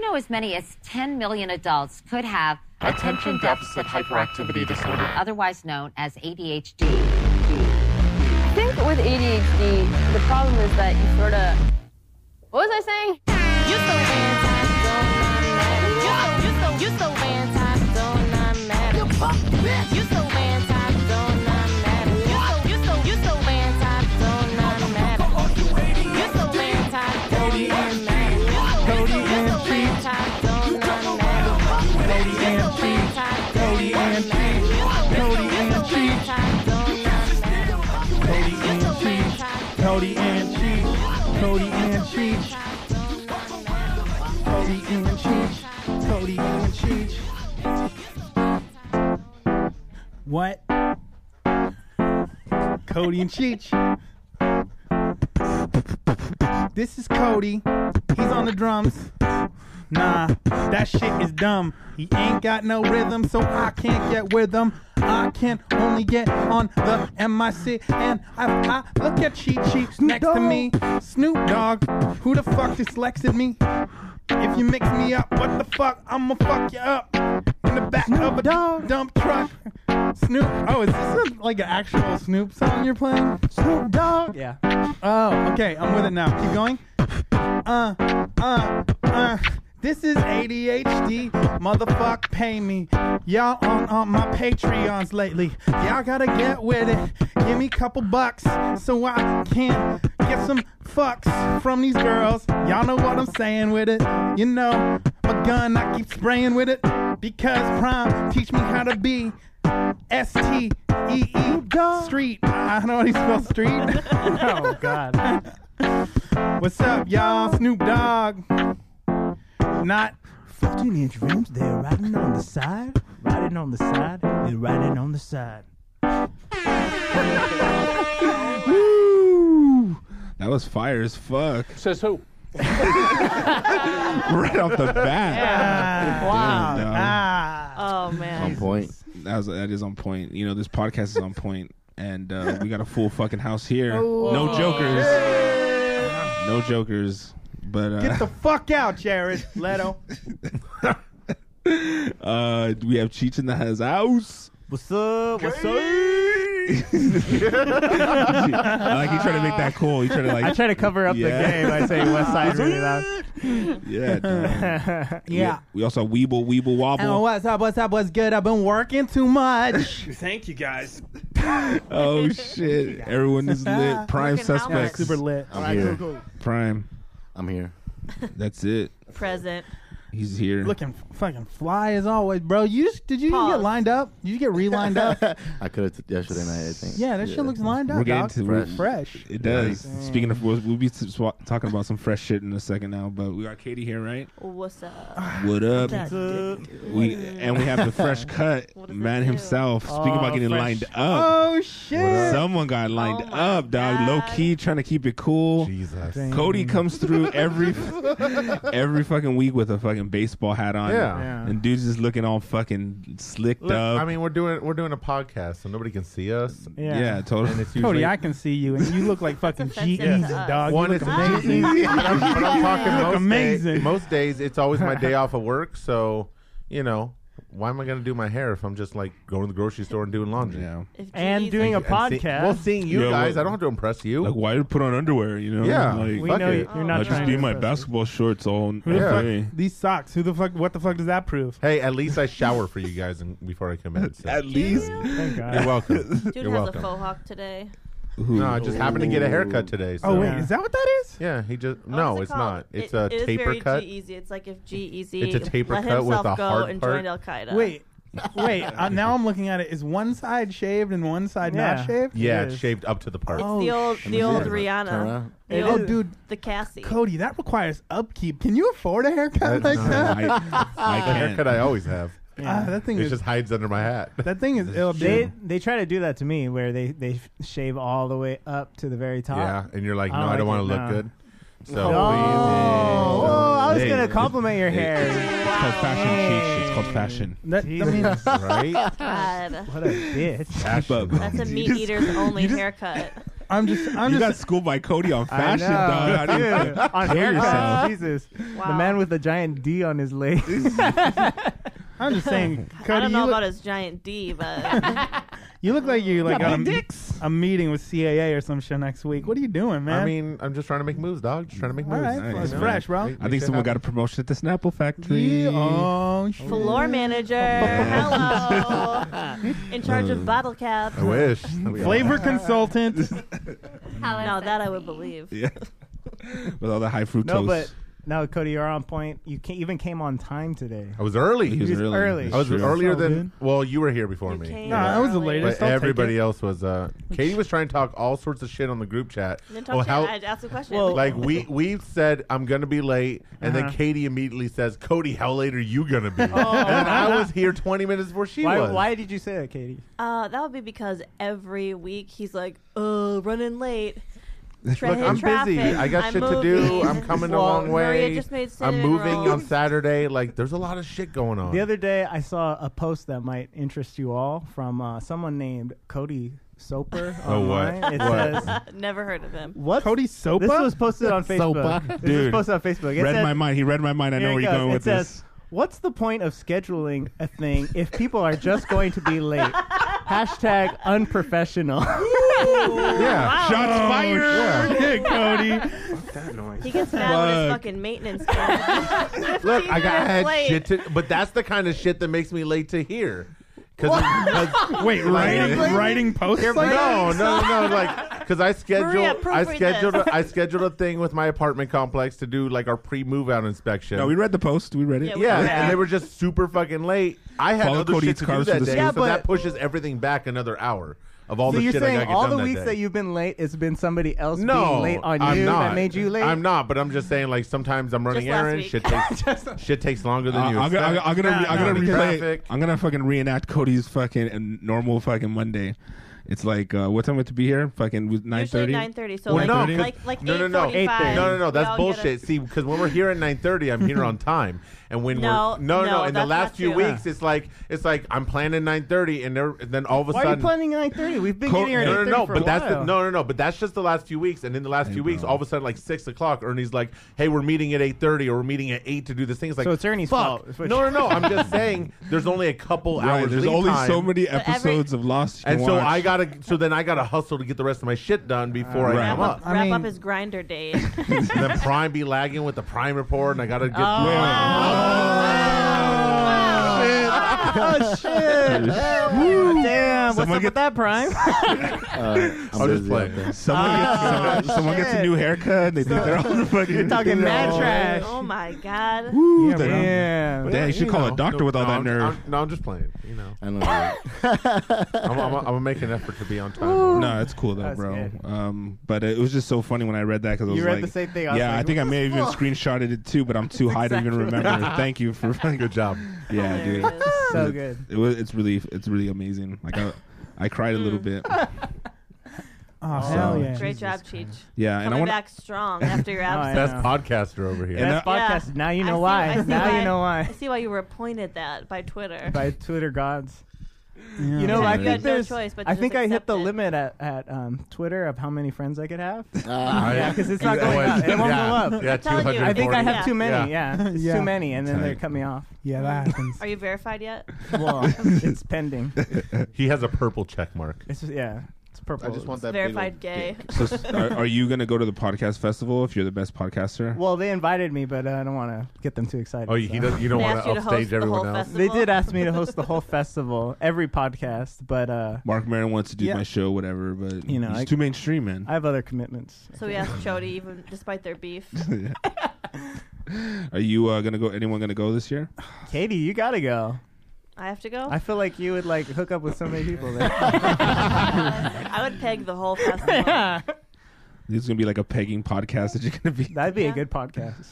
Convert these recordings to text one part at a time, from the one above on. know as many as 10 million adults could have Attention deficit hyperactivity disorder. otherwise known as ADHD. I think with ADHD, the problem is that you sort of. What was I saying? You so fantastic, don't not matter. You so, you so, you so fantastic, don't not matter. You so fantastic, don't not matter. You so, you so, you so fantastic, don't not matter. You so fantastic, don't not matter. You so, you so, you so fantastic, don't not matter. You so fantastic, don't not matter. You so, you so, you so fantastic, don't not matter. You so fantastic, Cody and Cheech. Cody and Cheech. don't not matter. Cody and Cheech. Cody and Cheech. What? Cody and Cheech. This is Cody. He's on the drums. Nah, that shit is dumb. He ain't got no rhythm, so I can't get with him. I can only get on the MIC. And I, I look at Cheech Cheech next to me. Snoop Dogg, who the fuck dyslexic me? If you mix me up, what the fuck? I'ma fuck you up in the back of a dump truck. Snoop. Oh, is this a, like an actual Snoop song you're playing? Snoop Dogg. Yeah. Oh, okay. I'm with it now. Keep going. Uh, uh, uh. This is ADHD. Motherfuck, pay me. Y'all on, on my Patreons lately. Y'all gotta get with it. Give me a couple bucks so I can get some fucks from these girls. Y'all know what I'm saying with it. You know, my gun, I keep spraying with it. Because prime teach me how to be S T E E street. I don't know how to spell street. Oh God. What's up, y'all? Snoop Dogg. Not 14 inch rims, they're riding on the side, riding on the side, they're riding on the side. Woo! That was fire as fuck. Says who? right off the bat. Wow. Damn, dog. Ah. Oh man. On point. That was that is on point. You know, this podcast is on point, and uh, we got a full fucking house here. No jokers. No jokers. But uh, get the fuck out, Jared Leto. uh, we have Cheech in the his house. What's up? What's like up? he tried to make that cool. He tried to like I try to cover up Yeah. the game by saying West Side really loud. yeah. dog. Yeah. We also have Weeble Weeble Wobble. Oh, what's up? What's up? What's good? I've been working too much. Thank you guys. Oh shit! Everyone is lit. Prime Working how much? suspects. Super lit. I'm here. Prime. I'm here. That's it. Present. He's here. Looking f- fucking fly as always, bro. You just, did you Pause. get lined up? Did you get relined up? I could have t- yesterday night, I think. Yeah, that shit looks lined up. We're getting dog. to- Fresh. fresh. it does. Speaking of, we'll, we'll be s- swa- talking about some fresh shit in a second now. But we got Katie here, right? What's up? What up? That's good. We and we have the fresh cut What does that man do? himself. Speaking about getting fresh. lined up, Oh shit. someone got lined Oh my up, dog. Low God. key, trying to keep it cool. Jesus. Cody comes through every every fucking week with a fucking baseball hat on. Yeah. Yeah. And dude's just looking all fucking slicked Look, up. I mean, we're doing we're doing a podcast, so nobody can see us. yeah, totally. And it's usually Cody, I can see you, and you look like fucking offensive G to Easy, us. dog. one. you It's look amazing. amazing. but, I'm, but I'm talking You look most amazing. Day, most days, it's always my day off of work, so you know, why am I gonna do my hair if I'm just like going to the grocery store and doing laundry? yeah. If And G's doing like- a And see- podcast. well, seeing you Yeah, guys, well- I don't have to impress you. Like, why you put on underwear? You know? Yeah. Like, we fuck know it. you're not I'll trying just be to my impress us. basketball shorts all Who the all fuck- day. These socks. Who the fuck? What the fuck does that prove? hey, at least I shower for you guys and, before I come in. So. At least. Thank God. You're welcome. Dude You're has welcome. a faux hawk today. No, I just happened to get a haircut today. So. Oh wait, Yeah. is that what that is? Yeah, he just Oh, no, what's it it's called? not. It's It- a it is taper very cut. G E. E Easy. It's like if G Easy It's a taper let cut with himself a go hard and part. joined Al Qaeda. Wait, wait. Uh, now I'm looking at it. Is one side shaved and one side Yeah. not shaved? Yeah, It it's is. shaved up to the part. It's Oh, the old, the shit. old Turn Rihanna, around. the Oh, old, dude, the Cassie. Cody, that requires upkeep. Can you afford a haircut That's like not- that? I, I the can't. haircut I always have. Ah, that thing It is. just hides under my hat. that thing is ill. They dude. they try to do that to me where they they f- shave all the way up to the very top. Oh, Yeah, and you're like, I no, don't I don't like want to it, look no. good. So Oh, please, oh, I was Hey. gonna compliment your hair. It's called fashion, Cheech. It's called fashion. That, I mean, Jesus, right? God. what a bitch. Keep up. That's a You meat just- eater's only you just- haircut. I'm just, I'm you just. got schooled by Cody on I fashion, know, dog. I didn't- dude. on Kill haircut, yourself. Jesus, the Wow. man with the giant D on his leg. I'm just saying, Cody, I don't you, know look, about his giant D, but you look like you like Got got big a, a meeting with CAA or some shit next week. What are you doing, man? I mean, I'm just trying to make moves, dog. Just trying to make all moves. right, nice, well, it's man. fresh, bro. I think someone got a promotion at the Snapple factory. Oh, shit. floor manager, hello, in charge of bottle caps. I wish. That'd be Flavor consultant. No, that I would believe. Yeah. With all the high fructose. no, but no, Cody, you're on point. You ca even came on time today. awesome. I was early. He was He's early. early. That's I was true. earlier So than good. well, you were here before You me. came No, I was the early. latest. But I'll take everybody it. else was. Uh, Katie was trying to talk all sorts of shit on the group chat. Then talk Oh, to how? him. I asked a question. Like we we said I'm gonna be late, and Oh. Uh-huh. Oh. then Katie immediately says, "Cody, how late are you gonna be?" and then I was here 20 minutes before she Why, was. why did you say that, Katie? uh, that would be because every week he's like, "Uh, running late." Tra- Look, hit I'm traffic. busy. I got I'm shit moving. to do. I'm coming Well, a long Maria way. just made I'm cinnamon moving on rolls. Saturday. Like, there's a lot of shit going on. The other day, I saw a post that might interest you all from uh, someone named Cody Soper. Oh, what? online. It What? says, Never heard of him. "What Cody Sopa? This was posted on Facebook. Sopa? This was Dude. posted on Facebook. It Read said, my mind. He read my mind. I here know where it you're goes. going It with says, this. What's the point of scheduling a thing if people are just going to be late? Hashtag unprofessional. yeah. Shots fired. Cody. He gets mad when his Fuck. fucking maintenance guy. Look, I got I had minutes shit to, but that's the kind of shit that makes me late to here. Because Wait, writing, writing posts like that? no, no, no, like because I scheduled, Maria, I proofread this. scheduled, a, I scheduled a thing with my apartment complex to do like our pre-move out inspection. No, we read the post. We read it. Yeah, we- yeah, Yeah. and they were just super fucking late. I had Follow other Cody shit to do Cars that for the day, Yeah, so that pushes everything back another hour of all so the you're shit I saying gotta all get done the weeks day. that, you've been late, it's been somebody else no, being late on I'm you not. that made you late. I'm not, but I'm just saying. Like sometimes I'm running Just last errands. week. Shit takes shit takes longer than Uh, you. I'm, gonna, I'm expect. gonna- I'm gonna, re- I'm Nah, gonna nah, replay. traffic. I'm gonna fucking reenact Cody's fucking uh, normal fucking Monday. It's like uh, what time we have to be here? Fucking nine Usually thirty. nine thirty. So Well, like, no, like like no, no, eight no. forty-five. No, no, no. we That's all get a- bullshit. See, because when we're here at 9:30, I'm here on time, and when No, we're no, no, no, in the that's last not few true. weeks, it's like it's like I'm planning 9:30, and, there- and then all of a Why are you sudden. planning at 9:30? We've been Co- getting here at no, no, 8:30 no, for but a that's the, while. no, no, no, but that's just the last few weeks, and in the last few weeks, all of a sudden, like six o'clock, Ernie's like, "Hey, we're meeting at eight thirty, or we're meeting at eight to do this thing." It's like, So it's Ernie's fuck. fault. It's what- No, no, no. I'm just saying, there's only a couple Right, hours. there's lead only time. so many every- episodes of Lost. You and can so watch. I gotta, so then I gotta hustle to get the rest of my shit done before Right. I Wrap come up, up. I wrap mean- up his grinder date. and then Prime be lagging with the Prime report, and I gotta get. Oh shit! Damn! What's Someone up get- with that prime? Uh, I'm I'll just busy play. out there. someone, gets, someone, someone gets a new haircut. They think they're all the fucking. Ah. You're talking mad trash. oh my god. Ooh, Yeah, they- bro. Damn! Damn, you should call a know, doctor no, with all no, that I'm- nerve. I'm- no, I'm just playing. You know, I don't know. I'm, I'm, I'm gonna make an effort to be on time. No, it's cool though, That's bro. good. Um, but it was just so funny when I read that because I was You read like, the same thing. I was yeah, like, I think I what may the have even screenshotted it too, but I'm too high to even exactly Oh, remember. Thank you for good job. Yeah, dude, Hilarious. So good. it was. It's really, it's really amazing. Like I, I cried a little Mm. bit. Oh, hell yeah. Great job, Cheech. Yeah, and I Coming want. back strong after your absence. Best Yeah. podcaster over here. And Best I- podcast. Yeah. Now you I know see- why. I see now you know I why. see why you were appointed that by Twitter. By Twitter gods. Yeah. You know, I You think had no there's. choice but to I just think I hit accept the it. limit at, at um, Twitter of how many friends I could have. Uh, Yeah, 'cause it's not going up. It won't yeah, go up. Yeah, telling you. I think I 240. have too many. Yeah. Yeah, It's Yeah. too many, and then they Tight. cut me off. Yeah, that happens. Are you verified yet? Well, it's pending. He has a purple check mark. It's just, yeah, it's purple. I just want that big verified old gay. dick. So, s- are, are you gonna go to the podcast festival if you're the best podcaster? Well, they invited me, but uh, I don't want to get them too excited. Oh, he so. does. You don't They want asked you to host upstage the whole everyone else. festival. They did ask me to host the whole festival, every podcast, but uh, Mark Maron wants to do Yeah. my show, whatever, but You know, he's I- too mainstream, man. I have other commitments. So we asked Chody, even despite their beef. Are you uh, gonna go? Anyone gonna go this year? Katie, you gotta go. I have to go. I feel like you would like hook up with so many people. There. I would peg the whole festival. This is gonna be like a pegging podcast that you're gonna be. That'd be a Yeah. good podcast.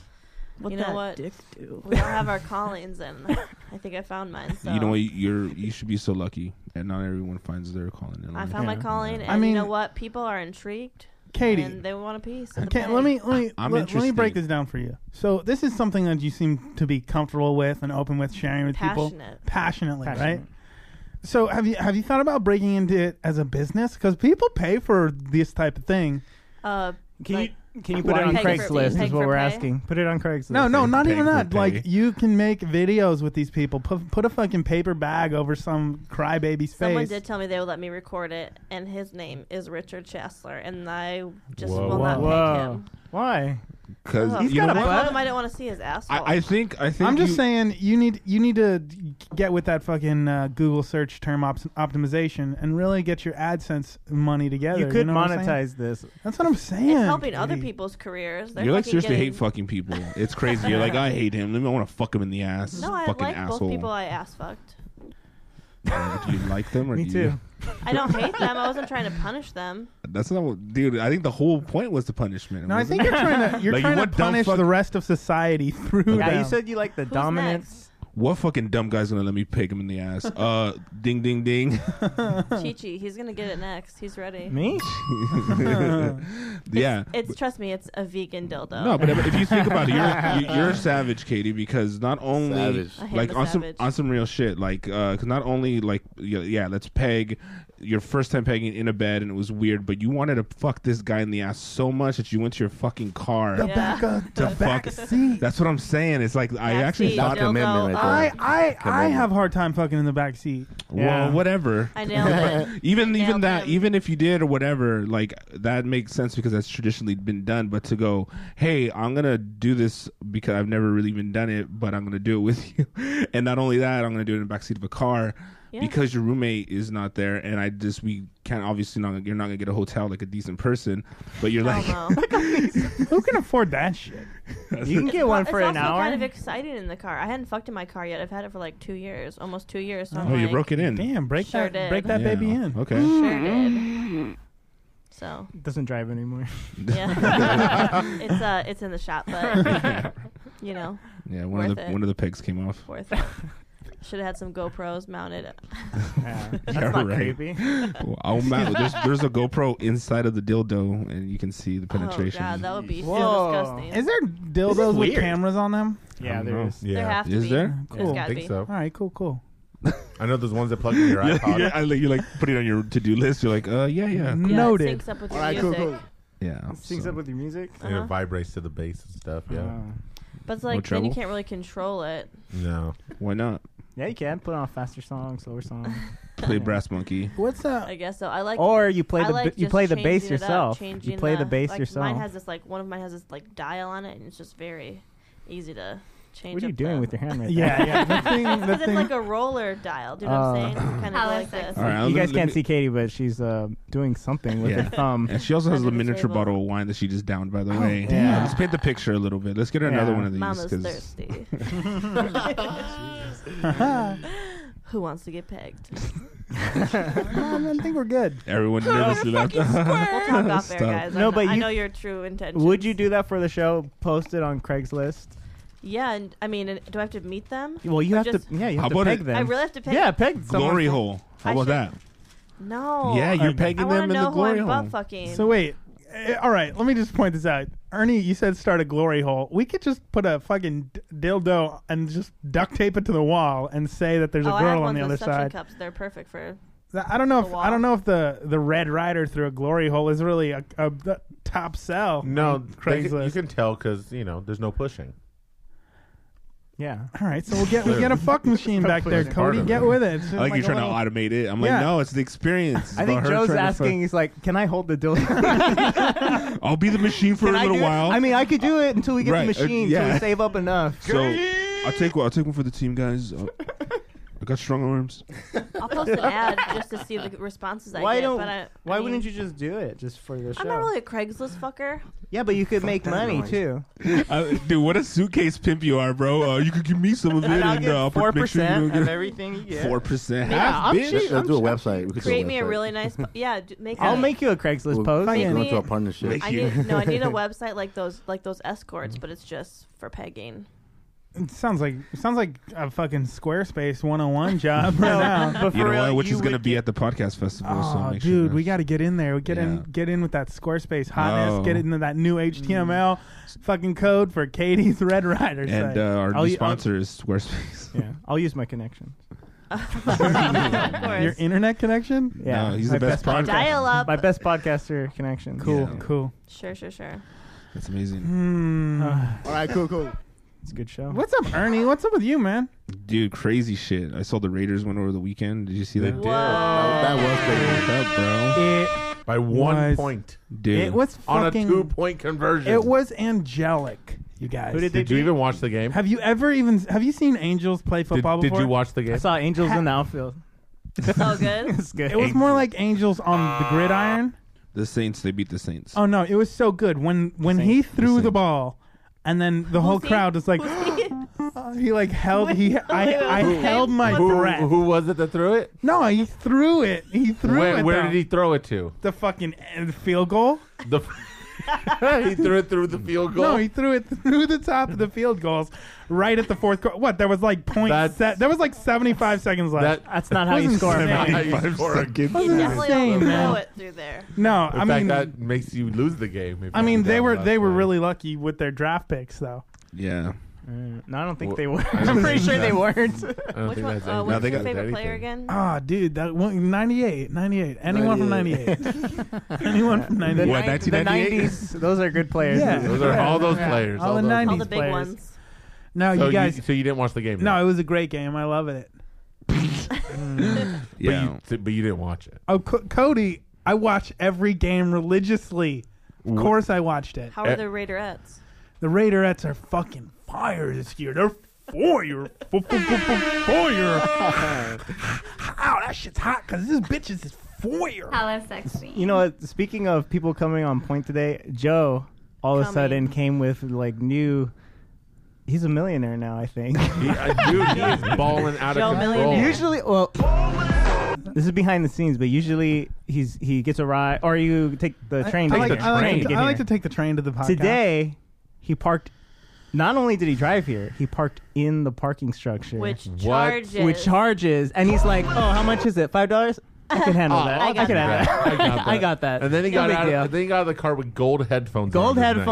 You know what? dick do? We all have our callings, and I think I found mine. So You know what? You're you should be so lucky, and not everyone finds their calling. in I life. found my Yeah. calling, and I mean- you know what? People are intrigued, Katie. and they want a piece. of the Okay, peg. let me let me I'm let, let me break interested. this down for you. So this is something that you seem to be comfortable with and open with sharing with people Passionate. passionately, Passionate. right? So have you have you thought about breaking into it as a business? Because people pay for this type of thing. Uh, Can like- you can you put it on Peg for- Craigslist? Is Peg what for we're pay? asking. Put it on Craigslist. No, no, not pay even for that. pay. Like you can make videos with these people. Put put a fucking paper bag over some crybaby's Someone face. did tell me they would let me record it, and his name is Richard Chesler, and I just Whoa. will not Whoa. pick him. Why? Because Ugh. you know I what? told him I didn't want to see his asshole. I, I think I think I'm just you- saying you need you need to get with that fucking uh, Google search term op- optimization and really get your AdSense money together. You could know what I'm saying? monetize this. That's what I'm saying. it's helping other Katie. people's careers. They're You're like fucking seriously getting, hate fucking people. It's crazy. You're like I hate him. Let me I want to fuck him in the ass. No, I fucking like asshole. both people I ass fucked. Uh, do you like them or Me do too. you? I don't hate them. I wasn't trying to punish them. That's not what, dude. I think the whole point was the punishment. No, I wasn't think you're trying to you're Like, trying to what dumb punish fuck- the rest of society through Yeah, them. you said you like the Who's dominance. it? what fucking dumb guy's gonna let me pick him in the ass. Uh, ding, ding, ding. next? Chi Chi. He's gonna get it next. He's ready. Me? yeah. It's trust me. It's a vegan dildo. No, but if if you think about it, you're you- you're a savage, Katie, because not only Savage. I am like a on some savage. on some real shit, like because not only like y- yeah, let's peg your first time pegging in a bed and it was weird, but you wanted to fuck this guy in the ass so much that you went to your fucking car. the Yeah. back of the The back fuck- seat. That's what I'm saying. It's like I Backseat actually dildo. thought, Not commitment right I there. I I on. have hard time fucking in the back seat. Yeah. well, whatever. I nailed it. Uh-huh. even Nailed even that him. even if you did or whatever like that makes sense because that's traditionally been done but to go hey i'm gonna do this because i've never really even done it but i'm gonna do it with you and not only that i'm gonna do it in the backseat of a car Yeah. because your roommate is not there and i just we can't obviously not you're not gonna get a hotel like a decent person Oh, but you're like Hell no. Who can afford that shit? You can get one It's for also an hour. kind of exciting in the car. I hadn't fucked in my car yet. I've had it for like two years, almost two years. So I'm oh you like, broke it in Damn, break Sure that did. break that Yeah, baby in. okay Sure did. Mm. So Doesn't drive anymore. yeah, it's uh, it's in the shop, but you know, yeah one of Worth the it. one of the pegs came off worth it. Should have had some GoPros mounted. Yeah. That's Yeah, not right. creepy. oh man there's, there's a gopro inside of the dildo and you can see the penetration Oh god, that would be Whoa. so disgusting. Is there dildos with cameras on them? Yeah, I don't there know. is. Yeah, there have to Is be. there? Cool. There's I gotta think be. uh, so. All right, cool, cool. I know there's ones that plug into your iPod. yeah, I like you like put it on your to do list. You're like, uh, yeah, yeah, Yeah, Noted. It syncs up with your Alright, cool, music. cool. yeah. Syncs so- Mm-hmm. up with your music. And Uh-huh. it vibrates to the bass and stuff. Yeah. Oh. But it's like then trouble? you can't really control it. No. Why not yeah, you can put on a faster song, slower song, play brass monkey? What's uh, that? I guess so. I like or you play I the like you just play the changing bass it up, yourself. you changing play the bass like, yourself. Mine has this like one of mine has this like dial on it, and it's just very easy to change. what are you up doing the- with your hand right Yeah, yeah. The thing, the Because it's thing. like a roller dial. Do you Uh, know what I'm saying? Kind of Hello, like sexy. this. All right, there? I'll- You guys let can't me- see Katie, but she's uh, doing something with Yeah. her thumb. And she also has Under a the miniature table. bottle of wine that she just downed, by the way. Oh, damn. Let's paint the picture a little bit. Let's get her another Yeah. one of these. Mama's 'cause- thirsty. Who wants to get pegged? I think we're good. Everyone nervously left. We'll talk off air, Stop. guys. No, I, know, but I you- know your true intentions. Would you do that for the show? Post it on Craigslist. Yeah, and I mean, and do I have to meet them? Well, you Or have just- to. Yeah, you How have to about peg it- them. I really have to peg. yeah, peg someone. glory hole. How I about should- that? No. yeah, you're I- I pegging wanna them in know the glory who I'm hole. butt fucking. So wait, eh, all right. Let me just point this out. Ernie, you said start a glory hole. We could just put a fucking d- dildo and just duct tape it to the wall and say that there's oh, a I have girl on ones the with other suction side. cups. They're perfect for. Th- I don't know if The I don't wall. know if the the Red Rider through a glory hole is really a, a, the top sell. No, on they can- Craigslist. you can tell because you know there's no pushing. Yeah. all right, so we'll get we get a fuck machine back there, Part Cody. of Get it. with it. It's just I like, like you're a trying little- to automate it. I'm Yeah. like, no, it's the experience. It's I think about her Joe's trying to fuck. asking. He's like, "Can I hold the dildo I'll be the machine for Can a I little do it? while. I mean, I could do it until we get Right, the uh, machine, until yeah. we save up enough. So I'll take one. I'll take one for the team, guys. Uh, I got strong arms. I'll post an ad just to see the responses I why get. don't? But I, why I mean, wouldn't you just do it just for the show? I'm not really a Craigslist fucker. yeah, but you could make money too. Uh, dude, what a suitcase pimp you are, bro. Uh, you could give me some of it, And I'll and uh, get I'll four make sure you percent don't of get everything you get. four percent. Yeah, I'm bitch. cheap. Let's do a website. We could do Create me a website. really nice. Yeah, d- make. I'll a- make you a Craigslist We'll go post. Fucking- into a partnership. I need no. I need a website like those, like those escorts, but it's just for pegging. It sounds like it sounds like a fucking Squarespace 101 job right now. But You for know real, what? Which you is gonna would be get- at the podcast festival. so Oh, make dude, sure we got to get in there. We get in, Yeah. get in with that Squarespace hotness. Oh. Get into that new HTML fucking code for Katie's Red Rider. And site. uh, our I'll- I'll- new sponsor is Squarespace. Yeah, I'll use my connections. of course. Your internet connection? Yeah, No, he's my the best podcaster. Dial up. My best podcaster connection. Cool, Yeah. cool. Sure, sure, sure. That's amazing, Hmm. All right, cool, cool. it's a good show. What's up, Ernie? What's up with you, man? dude. Crazy shit. I saw the Raiders win over the weekend. Did you see that? Whoa. That was crazy. What's up, bro? It by one Was- point Dude, it was on a fucking. two-point conversion. it was angelic, you guys. Who did they Did you even watch the game? Have you ever even have you seen angels play Did, football did before? you watch the I game? saw Uh, Angels in the Outfield. So good. It's good. It was more like angels on the gridiron. Ah. the Saints. They beat the Saints. Oh no, it was so good when when he threw the Saints. ball, and then the whole he? crowd was like, he like held he I, I Who? held my who, breath. who was it that threw it? No, he threw it. He threw Where, it. where though. did he throw it to? the fucking end field goal? The he threw it through the field goal. No, he threw it through the top of the field goals, right at the fourth quarter. What? There was like point. That's- Se- there was like seventy five seconds left. that That's not how you Wasn't score. Sam- man. how you Five score a- seconds. You definitely insane, don't man. throw it through there. no, In I fact, mean, that makes you lose the game. if I you mean, do that they were last they were play. really lucky with their draft picks, though. Yeah. Mm, No, I don't think Wh- they were. I don't I'm pretty think sure they weren't. I don't Which one? think that's Uh, anything No, what's they your got- to do with favorite player anything. again? Ah, dude, that one, 98, 98. Anyone from 98? Anyone from The 98? nin- What, the 1998? 90s, those are good players. Yeah. Those are all those Yeah. players. All the those- 90s. All the big players. ones. No, So you guys. so you didn't watch the game? no, it was a great game. I love it. but Yeah. you, but you didn't watch it. Oh, Co- Cody, I watch every game religiously. Of course, I watched it. How are Eh. the Raiderettes? The Raiderettes are fucking fire this year. They're fire. F- f- f- f- Fire. Ow, that shit's hot because this bitch is fire. Oh, that's Uh, sexy. You know what? Speaking of people coming on point today, Joe all of a Coming. sudden came with like new. He's a millionaire now, I think. He, uh, dude, he is balling out Joe of control. Millionaire. usually, well, this is behind the scenes, but usually he's he gets a ride or you take the train. I to like, get- I like- train to get I like to here. take the train to the podcast. Today, he parked. Not only did he drive here, he parked in the parking structure, Which What? charges? which charges, and he's like, "Oh, how much is it? Five dollars? I can handle Oh, that. I got can that. handle I got that. I got that. And then he No got big out. deal. Of, then he got out of the car with gold headphones. Gold around his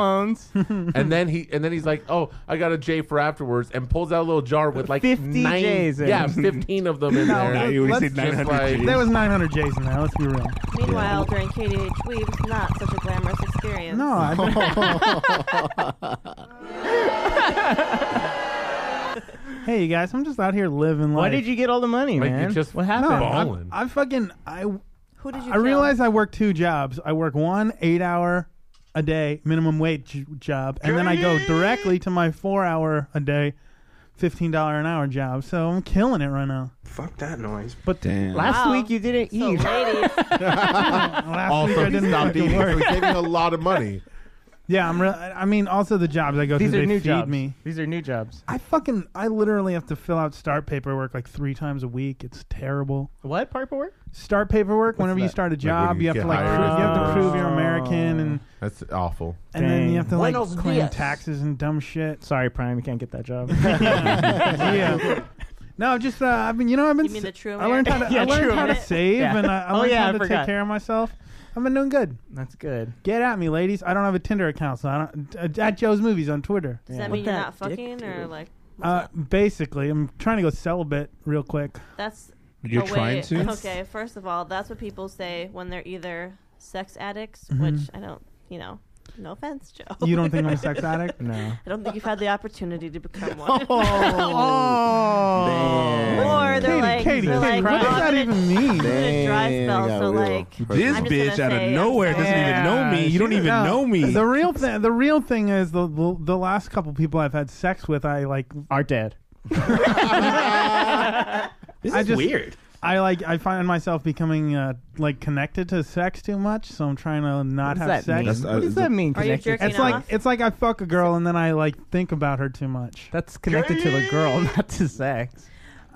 neck. headphones, And then he and then he's like, "Oh, I got a J for afterwards," and pulls out a little jar with like 50 nine- Js in. Yeah, fifteen of them in No, there. Now you let's said just 900 like- G's. That was 900 Jason. Now let's be real. Meanwhile, during KDH, Weeb's not such a glamorous experience. No, I hey, you guys, I'm just out here living life. Why did you get all the money, Like, you man? just what No, happened? Ballin'. I'm- I fucking I Who did you? I kill? realize I work two jobs. I work one eight hour a day minimum wage j- job, and then I go directly to my four hour a day, fifteen dollar an hour job. So I'm killing it right now. Fuck that noise. But Damn. last Wow. week you didn't So, eat. ladies, Last week I Also, he didn't stopped fucking eating. work. So he's saving a lot of money. Yeah, I'm. Re- I mean, also the jobs I go These to, are they new feed jobs. me. These are new jobs. I fucking I literally have to fill out start paperwork like three times a week. It's terrible. What paperwork? Start paperwork whenever you that? start a when job, you you have get to like hired prove, as you the have to first- prove you're American and That's awful. and then Dang. you have to like Buenos claim dias. taxes and dumb shit. Sorry, Prime, you can't get that job. yeah. No, just uh, I've been you know I've been You mean the true I learned how to American? I Yeah, learned true how to American. save Yeah. and I, I Oh, learned yeah, how I to take forgot. care of myself. I've been doing good. That's good. Get at me, ladies. I don't have a Tinder account, so I don't. Uh, at Joe's movies on Twitter. does Yeah. that mean What you're that not fucking or like? Uh, basically, I'm trying to go celibate real quick. That's You're a trying way, to? Okay, first of all, that's what people say when they're either sex addicts, which I don't, you know, no offense, Joe. Mm-hmm. You don't think I'm a sex addict? No. I don't think you've had the opportunity to become one. Damn. or they're Oh. Katie, like, Katie, they're Katie, like, what "Oh, does I'm that gonna- even mean? I'm in a dry Damn, spell, got so real. like, First This I'm just bitch gonna out of say, nowhere I'm doesn't even sorry. know me. You don't even No, know me. The real thing. The real thing is the, the the last couple people I've had sex with, I like. Are dead. This I is just- weird. I like. I find myself becoming uh, like connected to sex too much, so I'm trying to What does not have that sex. mean? That's- uh, what does that mean? Are you Connected. jerking It's like off? it's like I fuck a girl and then I like think about her too much. That's connected to the girl, not to sex.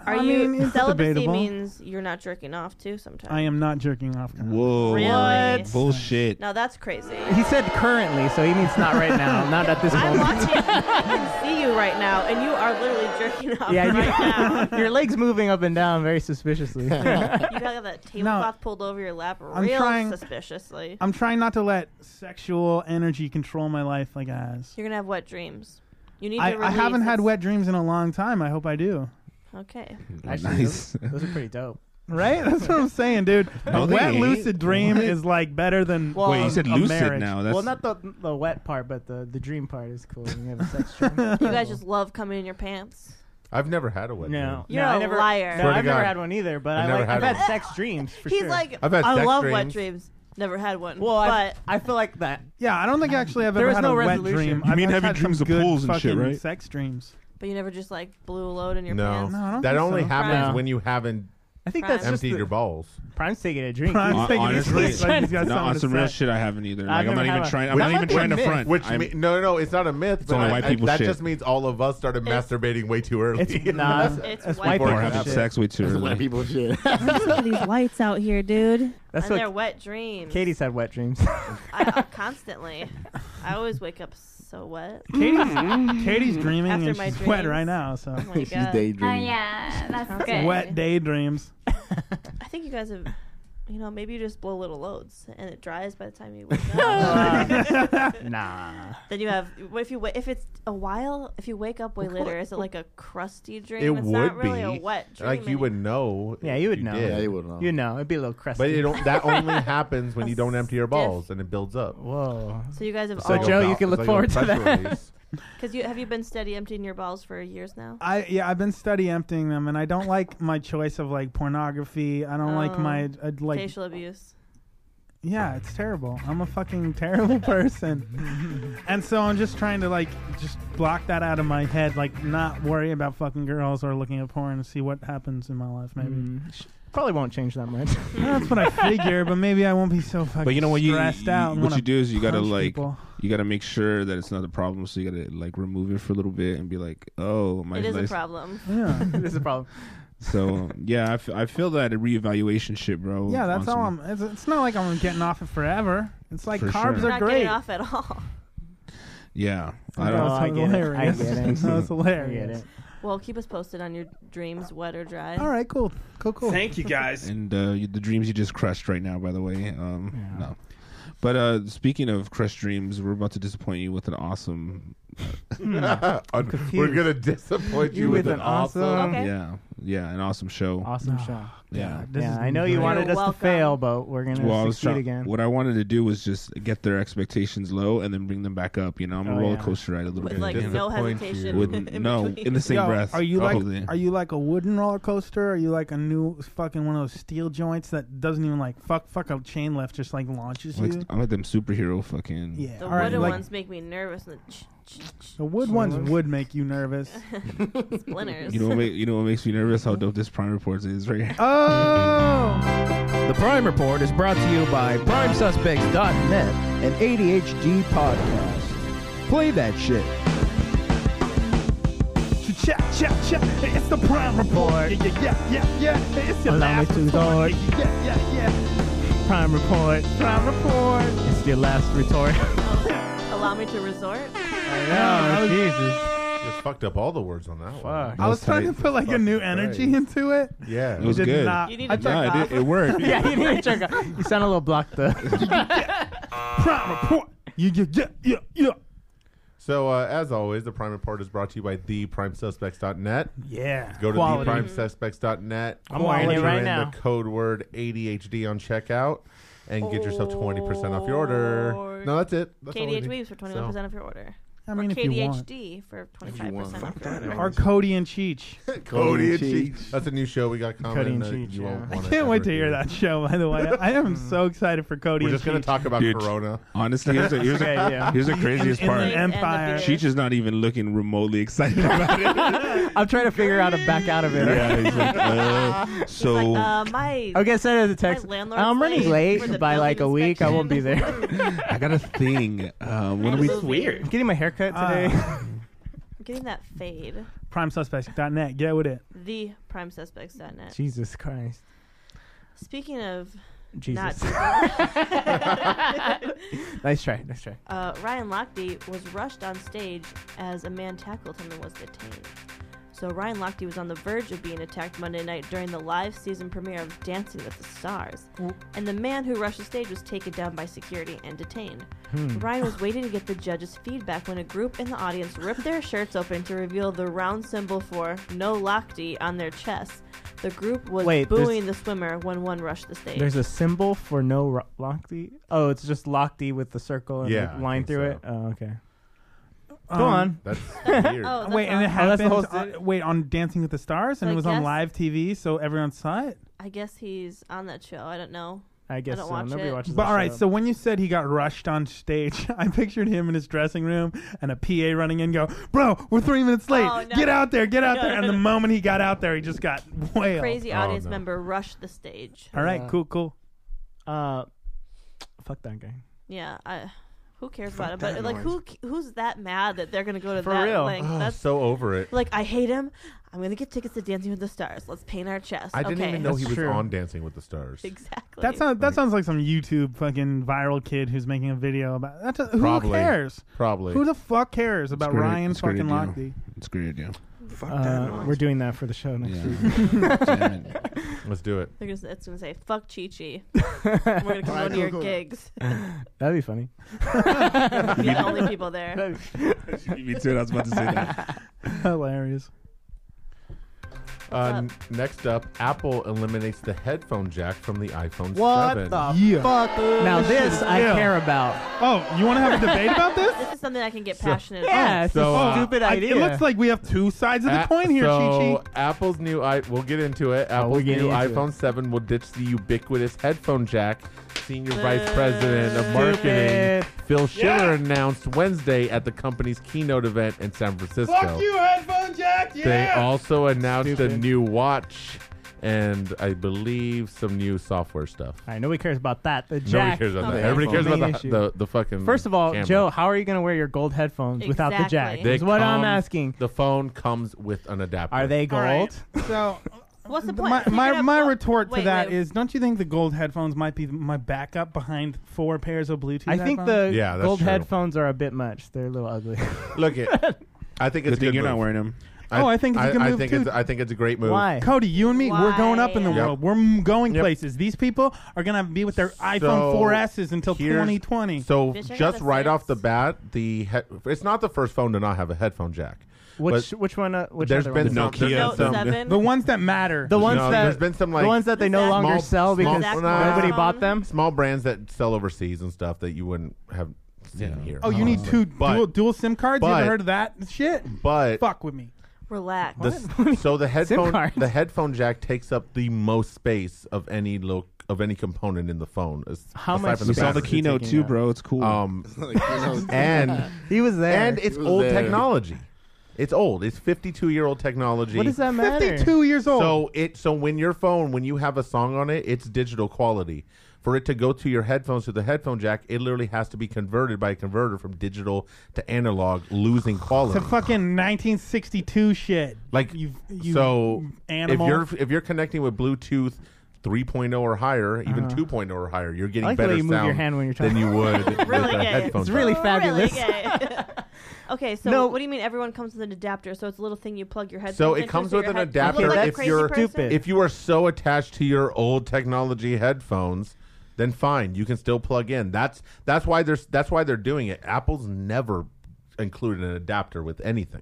Are I you mean, it's celibacy debatable. means you're not jerking off too sometimes? I am not jerking off. Whoa. Really? Bullshit. Now that's crazy. He said currently, so he means not right now, not at this I'm moment. watching. I can see you right now, and you are literally jerking off Yeah, you- right now. Your legs moving up and down very suspiciously. You got that tablecloth pulled over your lap real I'm trying- suspiciously. I'm trying not to let sexual energy control my life like I has. You're gonna have wet dreams. You need I, to I release. haven't had this- wet dreams in a long time. I hope I do. Okay. Actually, Nice. those, those are pretty dope. Right? That's what I'm saying, dude. No, a they wet ain't. lucid dream is like better than Well, Wait, you um, said a lucid marriage. now. That's well, not the the wet part, but the, the dream part is cool. When you have a sex dream. You guys just love coming in your pants. I've never had no, a wet no, dream. You're I a never, liar. No, Swear to I've never God. had one either. But I've I never like, had I've had one. sex dreams for He's sure. like, I've had I sex love wet dreams. dreams. Never had one. well, I but I feel like that. Yeah, I don't think actually I've There ever is had no a wet resolution. dream. You I've mean had having some dreams of good pools and shit, fucking right? Sex dreams. but you never just like blew a load in your No, pants. No, I don't that think only so. happens No. when you haven't I think Prime. that's just emptied the, your balls. Prime's taking a drink. Prime's Hon- taking a honestly, drink like he's got no, on something to some real say. shit, I haven't either. Like, I'm never not had even a- trying. I'm That not even might be a trying to myth. front. Which I'm- me- no, no, no, it's not a myth. only but white I- I- people That shit. just means all of us started It's- masturbating way too early. It's nah. Uh, It's that's white white people or people having shit. sex way too That's wet early. people shit. Oh Look at these lights out here, dude. That's and they're what wet dreams. Katie's had wet dreams. I, constantly. I always wake up so wet. Mm-hmm. Katie's, Katie's dreaming After and my she's wet dreams. right now, so Oh my She's god. daydreaming. yeah, that's Okay. wet daydreams. I think you guys have, you know, maybe you just blow little loads and it dries by the time you wake up. nah. then you have what if you wa- if it's a while if you wake up way later is it like a crusty dream? It it's would not really be a wet dream. like you would know. Yeah, if you would know. did. Yeah, you would know. You know, it'd be a little crusty. But it don't, that only happens when A you don't empty your stiff- balls and it builds up. Whoa. So oh, you guys have So It's like all a Joe, you val- can it's look like a forward to press that. release. because you have you been steady emptying your balls for years now? I yeah, I've been study emptying them, and I don't like my choice of like pornography. I don't like Oh. my uh, like Facial abuse. Yeah, it's terrible. I'm a fucking terrible person. and so I'm just trying to like just block that out of my head, like not worry about fucking girls or looking at porn and see what happens in my life maybe. Probably won't change that much. That's what I figure, but maybe I won't be so fucking But you know what you stressed out and what wanna you do is you gotta punch like people. you gotta make sure that it's not a problem. So you gotta like remove it for a little bit and be like, oh my. it is a life- problem. Yeah. this is a problem. So um, yeah, I, f- I feel that reevaluation shit, bro. Yeah, that's on all some- I'm it's, it's not like I'm getting off it forever. It's like For carbs sure. are not great. getting off at all. Yeah, I That don't. No, was I get it. I hilarious. get it. That was I get hilarious. it. Well, keep us posted on your dreams, wet or dry. All right, cool. Cool, cool. Thank you guys. And uh, you- the dreams you just crushed right now, by the way. Um, No. But uh, speaking of crushed dreams, we're about to disappoint you with an awesome. We're gonna disappoint you, with an awesome. Okay. Yeah, yeah, an awesome show. Awesome show. Yeah. Ah, This yeah, is I know you great. wanted us welcome. to fail, but we're gonna Well, I was succeed trying, again. what I wanted to do was just get their expectations low and then bring them back up. You know, I'm a Oh, roller yeah. coaster ride a little With bit. like you know? no Disappoint hesitation. you. With- in no, between. in the same Yo, breath. Are you Totally. like are you like a wooden roller coaster? Or are you like a new fucking one of those steel joints that doesn't even like fuck fuck a chain lift just like launches Like, you? I'm like them superhero fucking. Yeah. The All right, wooden like, ones make me nervous. And the ch- ch- ch- The wood ones would make you nervous. splinters. You know, what make, you know what makes me nervous? How dope this Prime Reports is right here. oh, The Prime Report is brought to you by PrimeSuspects.net and ADHD Podcast. Play that shit. cha cha cha! It's the prime report. Yeah yeah yeah yeah. It's your Allow me last to resort. retort. Yeah yeah yeah. Prime report. Prime report. It's your last retort. Allow me to resort. oh Jesus! Just fucked up all the words on that one. Fuck. I was That's trying tight. to put like a new Fucking energy Christ. into it. Yeah. It was Did good. not. You need I to thought jerk Nah, off. it, did- it worked. yeah, you need to check out. You sound a little blocked up. prime report. Yeah yeah yeah yeah yeah. So uh, as always, the Prime Report is brought to you by theprimesuspects.net. Yeah. Go to Quality. theprimesuspects.net. I'm wearing it enter right in now. The code word ADHD on checkout and get yourself twenty percent off your order. Or No, that's it. That's all we KDH need. Weaves for 21% of your order. I mean, or if you want. KDHD for you want. 25% off your order. Or Cody and Cheech. Cody and Cheech. Cheech. That's a new show we got coming. Cody and uh, Cheech, you yeah. won't I wanna Can't wait ever to hear hear that show. By the way, I am so excited for Cody. We're and just gonna Cheech. talk about Dude. Corona. Honestly, here's, the- here's, the- Okay, yeah. here's the craziest part. the- and the Empire. beer. Cheech is not even looking remotely excited about it. I'm trying to figure out how to back out of it. yeah, he's like, uh, so Like, uh, my, Okay, send it as a text. my landlord's I'm running late for the by like a building week. I won't be inspection. there. uh. I got a thing. Uh, when are we? This is weird. I'm getting my hair cut Uh, today. Ah. I'm getting that fade. PrimeSuspects.net. Get with it. The primesuspects.net. Jesus Christ. Speaking of Jesus. not nice try. Nice try. uh, Ryan Lochte was rushed on stage as a man tackled him and was detained. So Ryan Lochte was on the verge of being attacked Monday night during the live season premiere of Dancing with the Stars. And the man who rushed the stage was taken down by security and detained. Hmm. Ryan was waiting to get the judges' feedback when a group in the audience ripped their shirts open to reveal the round symbol for No Lochte on their chests. The group was Wait, there's- booing the swimmer when one rushed the stage. There's a symbol for no ro- Lochte. Oh, it's just Lochte with the circle and Yeah, the I line think through it. Oh, okay. Go Um, on. wait, and it Oh, that's happened. the whole on- wait, on Dancing with the Stars, So and I it was on guess- live TV, so everyone saw it. I guess he's on that show. I don't know. I guess don't so. Watch Nobody it. watches But that all right, show. so when you said he got rushed on stage, I pictured him in his dressing room and a PA running in, go, "Bro, we're three minutes late. Oh, no. Get out there, get out No, there!" And no, the no. moment he got out there, he just got wailed. Crazy audience member rushed the stage. All right, Yeah. cool, cool. Uh, fuck that guy. Yeah, I, who cares Fuck about it? But that like, who c- who's that mad that they're gonna go to For that? real. Like, Oh, that's so over it. Like, I hate him. I'm gonna get tickets to Dancing with the Stars. Let's paint our chest. I didn't okay. even know he was on Dancing with the Stars. Exactly. That sounds that sounds like some YouTube fucking viral kid who's making a video about. That's a, who Probably. cares? Probably. Who the fuck cares about great- Ryan it's a great fucking idea. Lochte? It's a great idea. Fuck Uh, we're doing that for the show next Damn week. Let's do it. They're gonna, say- it's gonna say fuck Chi Chi. We're gonna come Alright, to your cool, cool. gigs. That'd be funny. Be the only people there. Me too. I was about to say that. Hilarious. Uh, n- next up, Apple eliminates the headphone jack from the iPhone What 7. the fuck? Now this I Yeah. care about. Oh, you want to have a debate about this? Oh, This is something I can get passionate Yeah, about. it's a uh, stupid I- idea. it looks like we have two sides of the A- coin here, Ah, so Chi Chi. Apple's new i we'll get into it. Apple's getting new Oh, into iPhone 7 will ditch the ubiquitous headphone jack. Senior Vice President of Stupid. Marketing Phil Schiller announced Wednesday at the company's keynote event in San Francisco. headphone jack. They also announced a new watch and I believe some new software stuff. All right, nobody cares about that. The Nobody jack. cares about the that. Everybody cares iPhone. about Main the- issue. the- the fucking First of all, camera. Joe, how are you going to wear your gold headphones without the jack? They Is what I'm come- asking. The phone comes with an adapter. Are they All gold? right, So What's the point? my You're my, gonna- my what- retort to wait, that wait. is, don't you think the gold headphones might be my backup behind four pairs of Bluetooth? I think the headphones? gold headphones are a bit much. They're a little ugly. Look it. I think Good it's a thing good you're not move. wearing 'em. Oh, I think it's a good move, think too. It's, I think it's a great move. Why? Cody, you and me, we're going up in the Why? world. We're m- going Yep. places. These people are gonna be with their iPhone So, 4S's until here's- 2020. So Bitch, I got just the right six. off the bat, the he- it's not the first phone to not have a headphone jack. Which But which one? Uh, which there's other been one? some, Nokia there's been some- seven. the ones that matter. The ones No, that there's been some, like, the ones that they no Small- longer sell because small- nobody Nah. bought them. small brands that sell overseas and stuff that you wouldn't have seen here. oh, you need two dual, dual SIM cards. you but- ever heard of that shit? But Fuck with me. Relax. the s- so the headphone cards. the headphone jack takes up the most space of any lo- of any component in the phone. as- How aside much from We the saw the battery. keynote taking too, out. bro. It's cool. Um, and He was there. and it's was old there. technology. It's old. It's 52 year old technology. what does that matter? 52 years old. So it so when your phone when you have a song on it, it's digital quality. For it to go to your headphones to the headphone jack, it literally has to be converted by a converter from digital to analog, losing quality. to fucking 1962 shit. like you, you so, animal. if you're if you're connecting with Bluetooth 3.0 or higher, even 2.0 or higher, you're getting Uh-huh. I like the way better you move your hand hand when you're than you would Really with a gay. Oh, headphone. It's jack. really fabulous. Really gay. okay, so No. what do you mean everyone comes with an adapter? So it's a little thing you plug your headphones So it into comes so with your an head- you look adapter like a if crazy you're- person? Stupid. if you are so attached to your old technology headphones then fine you can still plug in that's that's why there's that's why they're doing it apple's never included an adapter with anything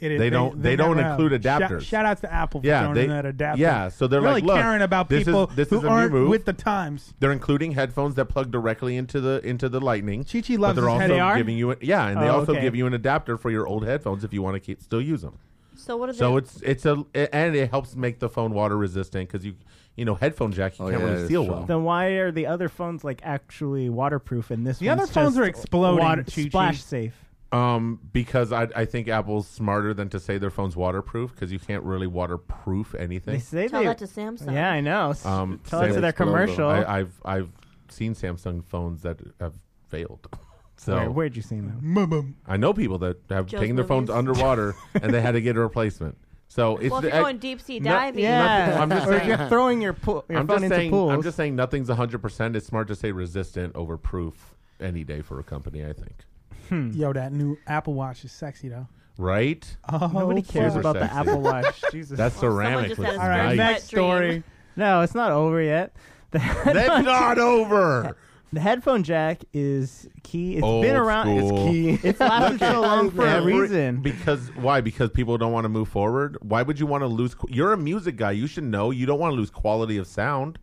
It is- they don't- they don't never have. include Shout- adapters. Shout, outs to Apple for Yeah, throwing they- in that adapter. yeah, so they're really like, look, caring about this is- people this who is a new aren't move. with the times. they're including headphones that plug directly into the into the lightning Chi-Chi but loves they're his also head AR? giving you a, yeah and they Oh, also okay. give you an adapter for your old headphones if you want to keep still use them So what are they? so it's it's a and it helps make the phone water resistant because you you know headphone jack you Oh, can't yeah, really it's seal true. well Then why are the other phones like actually waterproof and this The one's other phones just are exploding, water- Chi-Chi. splash safe? Um, because I I think Apple's smarter than to say their phone's waterproof because you can't really waterproof They anything. say Tell they, that to Samsung. Yeah, I know. S- Um, Tell that say to their it's global. commercial. I, I've I've seen Samsung phones that have failed. So Where, where'd you see them? Mm-mm. I know people that have Joe's taken their phones movies. underwater and they had to get a replacement. So it's well, if the- you're going deep sea diving, Yeah, I'm just or saying- you're throwing your, pool, your I'm phone just into saying pools. I'm just saying nothing's 100. percent It's smart to say resistant over proof any day for a company. I think. Yo, that new Apple Watch is sexy though. right? Oh, Nobody cares Super about the sexy. Apple Watch. Jesus. That ceramic was All right, nice. next story. No, it's not over yet. The headphone- not over. The headphone jack is key. It's Old been around. school. It's key. It's lasted Look at- so long for a every- reason. Because why? Because people don't want to move forward. Why would you want to lose? qu- You're a music guy. You should know. You don't want to lose quality of sound.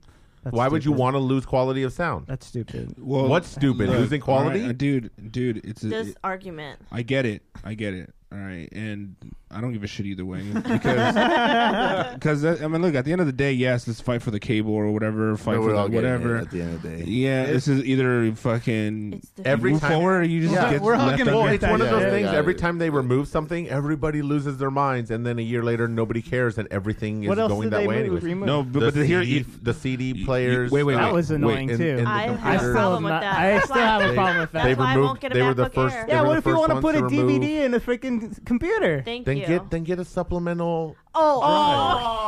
why would you stupid. want to lose quality of sound? That's stupid. What's stupid? look, Losing quality? all right, uh, dude? Dude, it's a, This it- argument. I get it. I get it. All right, and I don't give a shit either way because because I mean, look. At the end of the day, yes, let's fight for the cable or whatever. Fight No, for we're all the, getting it whatever. at the end of the day. yeah, this is either fucking Every move time, forward. Or you just get left Well, under- it's one of Yeah. those Yeah. things. Yeah. Every time they remove something, everybody loses their minds, and then a year later, nobody cares, and everything is What else did going that they way. move- anyways. remove? No, but- the but here CD, you- the CD players. wait, wait, uh, wait. That was annoying and- too. and the I have a I computer- still, problem am with not, that. I That's still why- have a They- problem with that. They That's why I won't removed. get a They were the MacBook first. Air. they yeah, were what the if you first want to ones put a remove- DVD in a freaking computer? Thank Then you. get then get a supplemental. oh,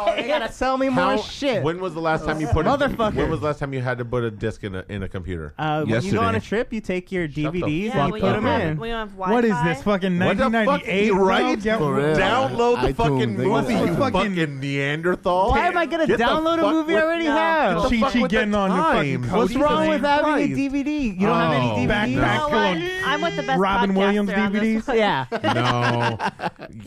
Oh, you gotta sell me more How- shit. When was the last time you put Motherfucker. A, when was the last time you had to put a disc in a in a computer? Uh, when you Yesterday. go on a trip, you take your DVDs yeah, and we put don't them have, in. We don't have Wi-Fi. What is this fucking What the fuck? 1998? bro? Right? Get- For real. Download the iTunes, fucking they movie, got you iTunes. fucking Neanderthal. Why am I gonna Get the download a fuck movie with- I already No. have? Get the Chi fuck Chi with the getting on your fucking times. coat. What's Jesus wrong with having Christ. a DVD? You don't have Oh. any DVDs. Back- You back know what? I'm with the best Robin podcaster Williams on this DVDs? one. Yeah, No,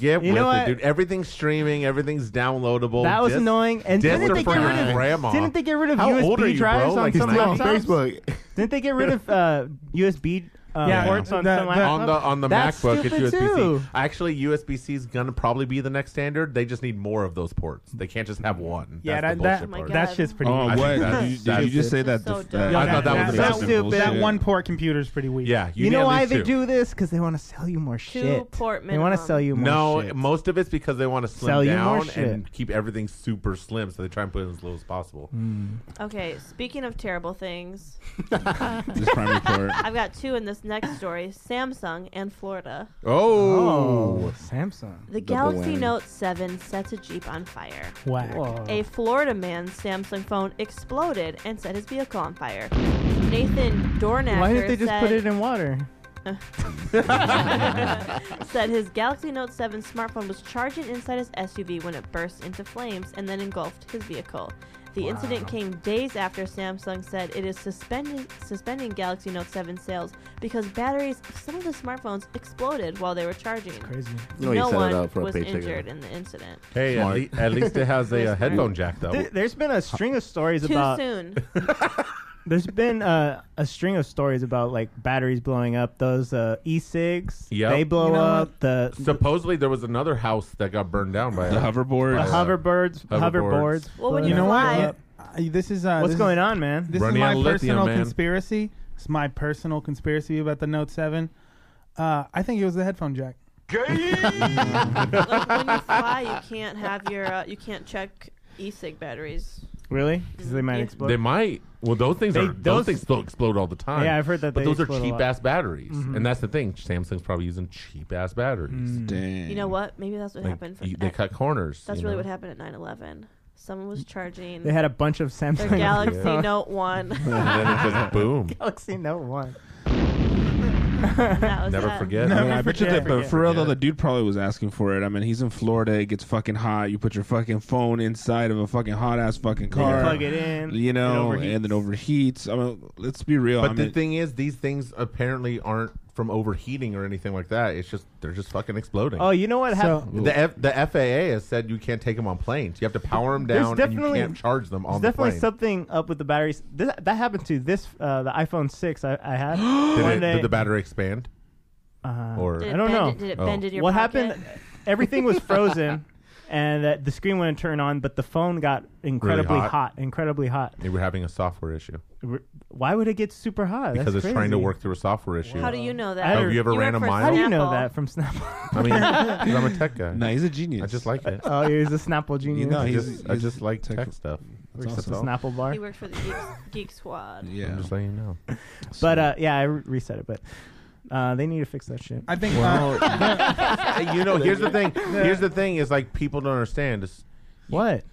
get You with know it, what? dude. Everything's streaming. Everything's downloadable. that was Discs- annoying. And discs didn't are they for get rid of? grandma. Didn't they get rid of How old are USB you, bro? drives Like, on he's some not on on laptops? Facebook. Didn't they get rid of uh, USB uh, Yeah, ports on that- some that- laptops? on the on the That's MacBook, it's stupid, USB too. C. Actually, USB C is gonna probably be the next standard. They just need more of those ports. They can't just have one. Yeah, That's that, the that, bullshit part. God. that shit's pretty Oh, I think what? that's- Did you, did that's you just say that? so the- dumb. uh, I thought that was that, so that, stupid. that one port computer is pretty weak. yeah, you, You, need know at why least they two. do this? Because they want to sell you more shit. port They want to minimum. sell you more No, shit. most of it's because they want to slim Sell you more down and shit. keep everything super slim, so they try and put it as low as possible. Mm. Okay, speaking of terrible things, this primary part. I've got two in this next story Samsung and Florida. Oh, Oh, Samsung. The Double Galaxy whammy. Note 7 sets a Jeep on fire. Whack. A Florida man's Samsung phone exploded and set his vehicle on fire. Nathan Dornacker Why didn't they just said, put it in water? said his Galaxy Note 7 smartphone was charging inside his SUV when it burst into flames and then engulfed his vehicle. The incident came days after Samsung said it is suspending, suspending Galaxy Note 7 sales because batteries of some of the smartphones exploded while they were charging. Crazy. You know you no set it one up for a was paycheck. injured in the incident. hey, at, Smart. le- at least it has a, uh headphone jack though. There, has been a string of stories Too about. soon. There's been uh, a string of stories about like batteries blowing up. Those uh, e-cigs, Yep. they blow You know up. The, Supposedly, there was another house that got burned down by The a- hoverboard. the Yeah. hoverboards, Hoverboards. hoverboards. Well, when blow you You up. know what? Why? Uh, I- this is uh, What's this going is, on, man? This Running is my out of lithium, personal man. conspiracy. It's my personal conspiracy about the Note Seven. Uh, I think it was the headphone jack. like when you fly, you can't have your uh, you can't check e-cig batteries. really? Because they might Yeah. explode. They might. Well, those things They- are those, those- things still explode all the time. Yeah, I've heard that But they those are explode a cheap lot. Mm-hmm. ass batteries, and that's the thing. Samsung's probably using cheap ass batteries. Mm. Dang. You know what? Maybe that's what Like, happened. For you- they cut corners. That's you really know? what happened at 9/11. Someone was charging They had a bunch of their Samsung Galaxy Yeah. Note One. And then it just boom. Galaxy Note One. that was Never it. forget. I, mean, I bet you that, but for real though, Forget. the dude probably was asking for it. I mean, he's in Florida. It gets fucking hot. You put your fucking phone inside of a fucking hot ass fucking They car. plug it in. You know, it and then overheats. overheats. I mean, let's be real. But I the mean, thing is, these things apparently aren't from overheating or anything like that. It's just they're just fucking exploding. Oh, you know what happened? So the F- the FAA has said you can't take them on planes. You have to power them There's down, and you definitely- can't charge them There's on the definitely plane. something up with the batteries. Th- that happened to this uh, the iPhone six I, I had. did, One it, day- did the battery expand? Uh, Or Did it I don't bend- know. Did it Oh. bend in your what pocket? happened? Everything was frozen, and uh, the screen wouldn't turn on. But the phone got incredibly hot. hot. incredibly hot. they were having a software issue R- Why would it get super hot? because That's it's trying to crazy. work through a software issue. How do you know that? I don't- Have you ever ran work a for mile? How do you know Snapple. that from Snapple? I mean, 'cause I'm a tech guy. no, he's a genius. I just like it. oh, he was a Snapple genius. You know, I he's- just, I just like Uh, tech, tech- stuff. That's That's awesome. all. Snapple bar. He worked for the Geek, Geek Squad. yeah. I'm just letting you know. But uh, yeah, I re- reset it. But uh, they need to fix that shit. I think. uh, you know, here's the thing. Here's the thing is like people don't understand. It's, what?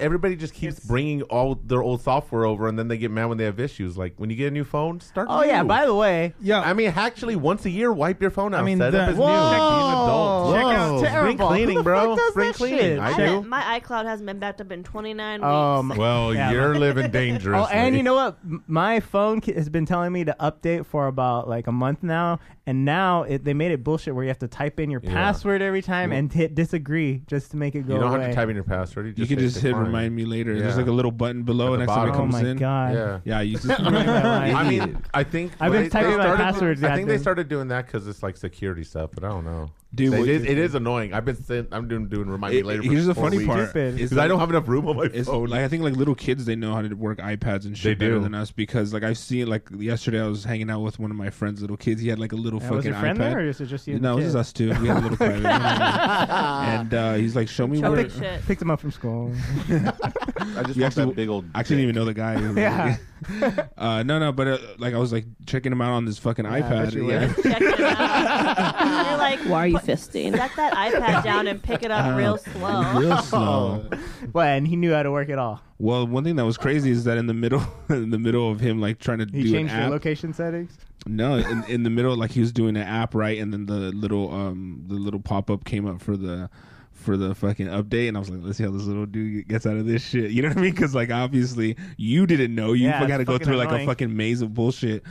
everybody just keeps bringing all their old software over, and then they get mad when they have issues. Like when you get a new phone, start. Oh, yeah, by the way, yeah. I mean, actually, once a year, wipe your phone out. I mean, set it up the- as Whoa. new. Being adult. Check out- Spring terrible. Who cleaning, the bro. fuck does Spring that cleaning. shit? I Check do. out- My iCloud hasn't been backed up in 29 Um, weeks. Well, Yeah. you're living dangerously. Oh, and you know what? M- My phone ki- has been telling me to update for about like a month now, and now it, they made it bullshit where you have to type in your Yeah. password every time Yeah. and hit disagree just to make it go You don't away. have to type in your password. You, You just can say just hit decline. remind me later. Yeah. There's like a little button below, At and the next time it bottom. comes Oh my in. God. Yeah. Yeah, you just. I I mean, I think I've when been typing my started- passwords, I think they goddamn. started doing that because it's like security stuff, but I don't know. Dude, They what- did- it is annoying. I've been saying, I'm doing doing remind me It- later. Oh, here's the funny part: Stupid. is because I don't have enough room on my It's phone. like I think like little kids they know how to work iPads and shit They better do. than us because like I've seen like yesterday I was hanging out with one of my friends little kids he had like a little Yeah, fucking was your friend iPad there, or is it just you? and no the it was just kid? us two we had a little private and uh, he's like show me Chubby where shit. Picked him up from school. I just want You actually- that big old. I couldn't even know the guy Yeah. uh, no no but uh, like I was like checking him out on this fucking bet you iPad yeah. Check it out. They're like, Why are you put- fisting? Set that iPad down and pick it Uh, up real slow. real slow. Well, and he knew how to work it all. Well, one thing that was crazy is that in the middle, in the middle of him like trying to He do changed an your app. location settings. No, in, in the middle, like he was doing an app right, and then the little um the little pop up came up for the for the fucking update, and I was like, let's see how this little dude gets out of this shit. You know what I mean? Because like obviously you didn't know you Yeah, it's got to go fucking through like a annoying. fucking maze of bullshit.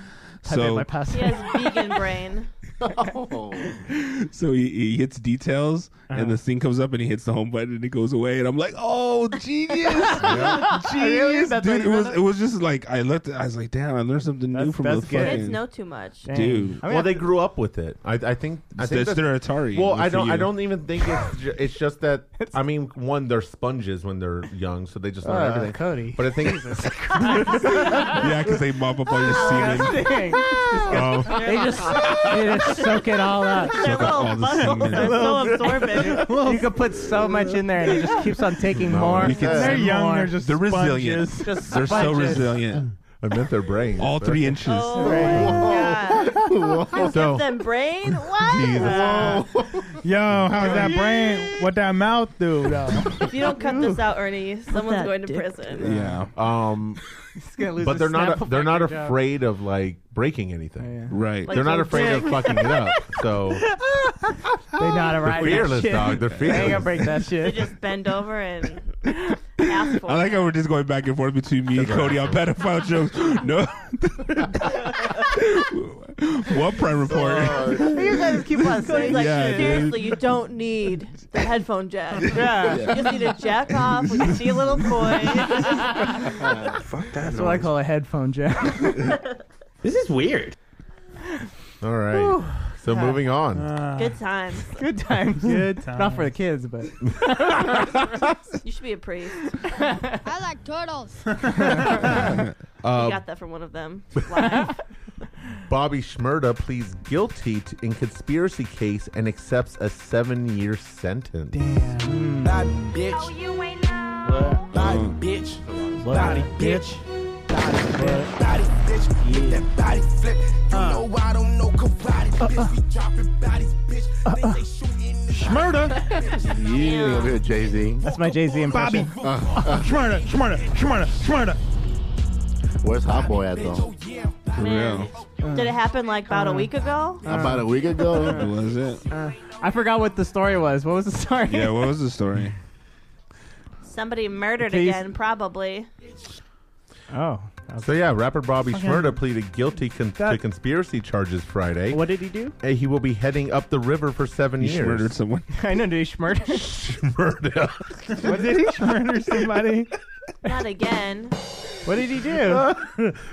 Type in So my password. He has vegan brain. so he, he hits details, and Uh-huh. the thing comes up, and he hits the home button, and it goes away, and I'm like, oh genius, Really? genius, That's what dude. he It was wrote? it was just like I looked, I was like, damn, I learned something new That's- from that's the good. fucking Kids know too much. Dang. dude. I mean, Oh, well, they grew up with it. I, I think. I That's, think that's- their Atari. Well, Good I for don't. I you. don't even think it's. Ju- it's just that. I mean, one, they're sponges when they're young, so they just learn Ah, Uh, everything. Cody. But I think yeah, because they mop up all your semen. Dang. Oh, they just they just soak it all up. Their Suck up little all the muscles semen. are so absorbent. you could put so much in there, and it just keeps on taking more. you can- and They're Some young. more. They're just They're resilient. sponges. Just they're so sponges. resilient. I meant their brains. All but- three inches. Oh my god. You So- give them brain? What? Yo, how's that brain? What that mouth do? If you don't cut this out, Ernie, someone's that going to dick. prison. Yeah, Um, He's gonna lose but his they're not. snap they're not effect job. afraid of like breaking anything. Yeah. right. Like- they're not your afraid of dick. fucking it up. So They not they're arrive. fearless, that shit. dog. They're They ain't gonna fearless. break that They shit. just bend over and ask for I like how we're just going back and forth between me and Cody on pedophile jokes. No. One prime report. You guys keep on saying like, Yeah, dude. seriously, you don't need the headphone jack. Yeah. You just need to jack off when you see a little boy. That's what I call a headphone jack. This is weird. All right. So moving on. Uh. Good times. Good times. Good times. Not for the kids, but You should be a priest. I like turtles. You Uh, got that from one of them. Live. Bobby Schmurda pleads guilty to, in conspiracy case and accepts a seven-year sentence. Body bitch. Body bitch. Body bitch. Body bitch. Body bitch. Get that body flip. You know I don't know karate. Bitch, we dropping bodies, bitch. Think they shooting me. Schmurda, Yeah, over here, Jay Z. that's my Jay Z Bobby, impression. Schmurda, Schmurda, Schmurda, Schmurda. Where's Hot Boy at though? For real. Did it happen like about a week ago? About a week ago. Was it? I forgot what the story was. What was the story? Yeah, what was the story? Somebody murdered Please. again, probably. Oh. So yeah, rapper Bobby Schmurda pleaded guilty con- to conspiracy charges Friday. What did he do? And he will be heading up the river for seven You years. murdered someone. I know. Did he schmurder? Schmurda. what did he schmurder somebody? Not again. What did he do?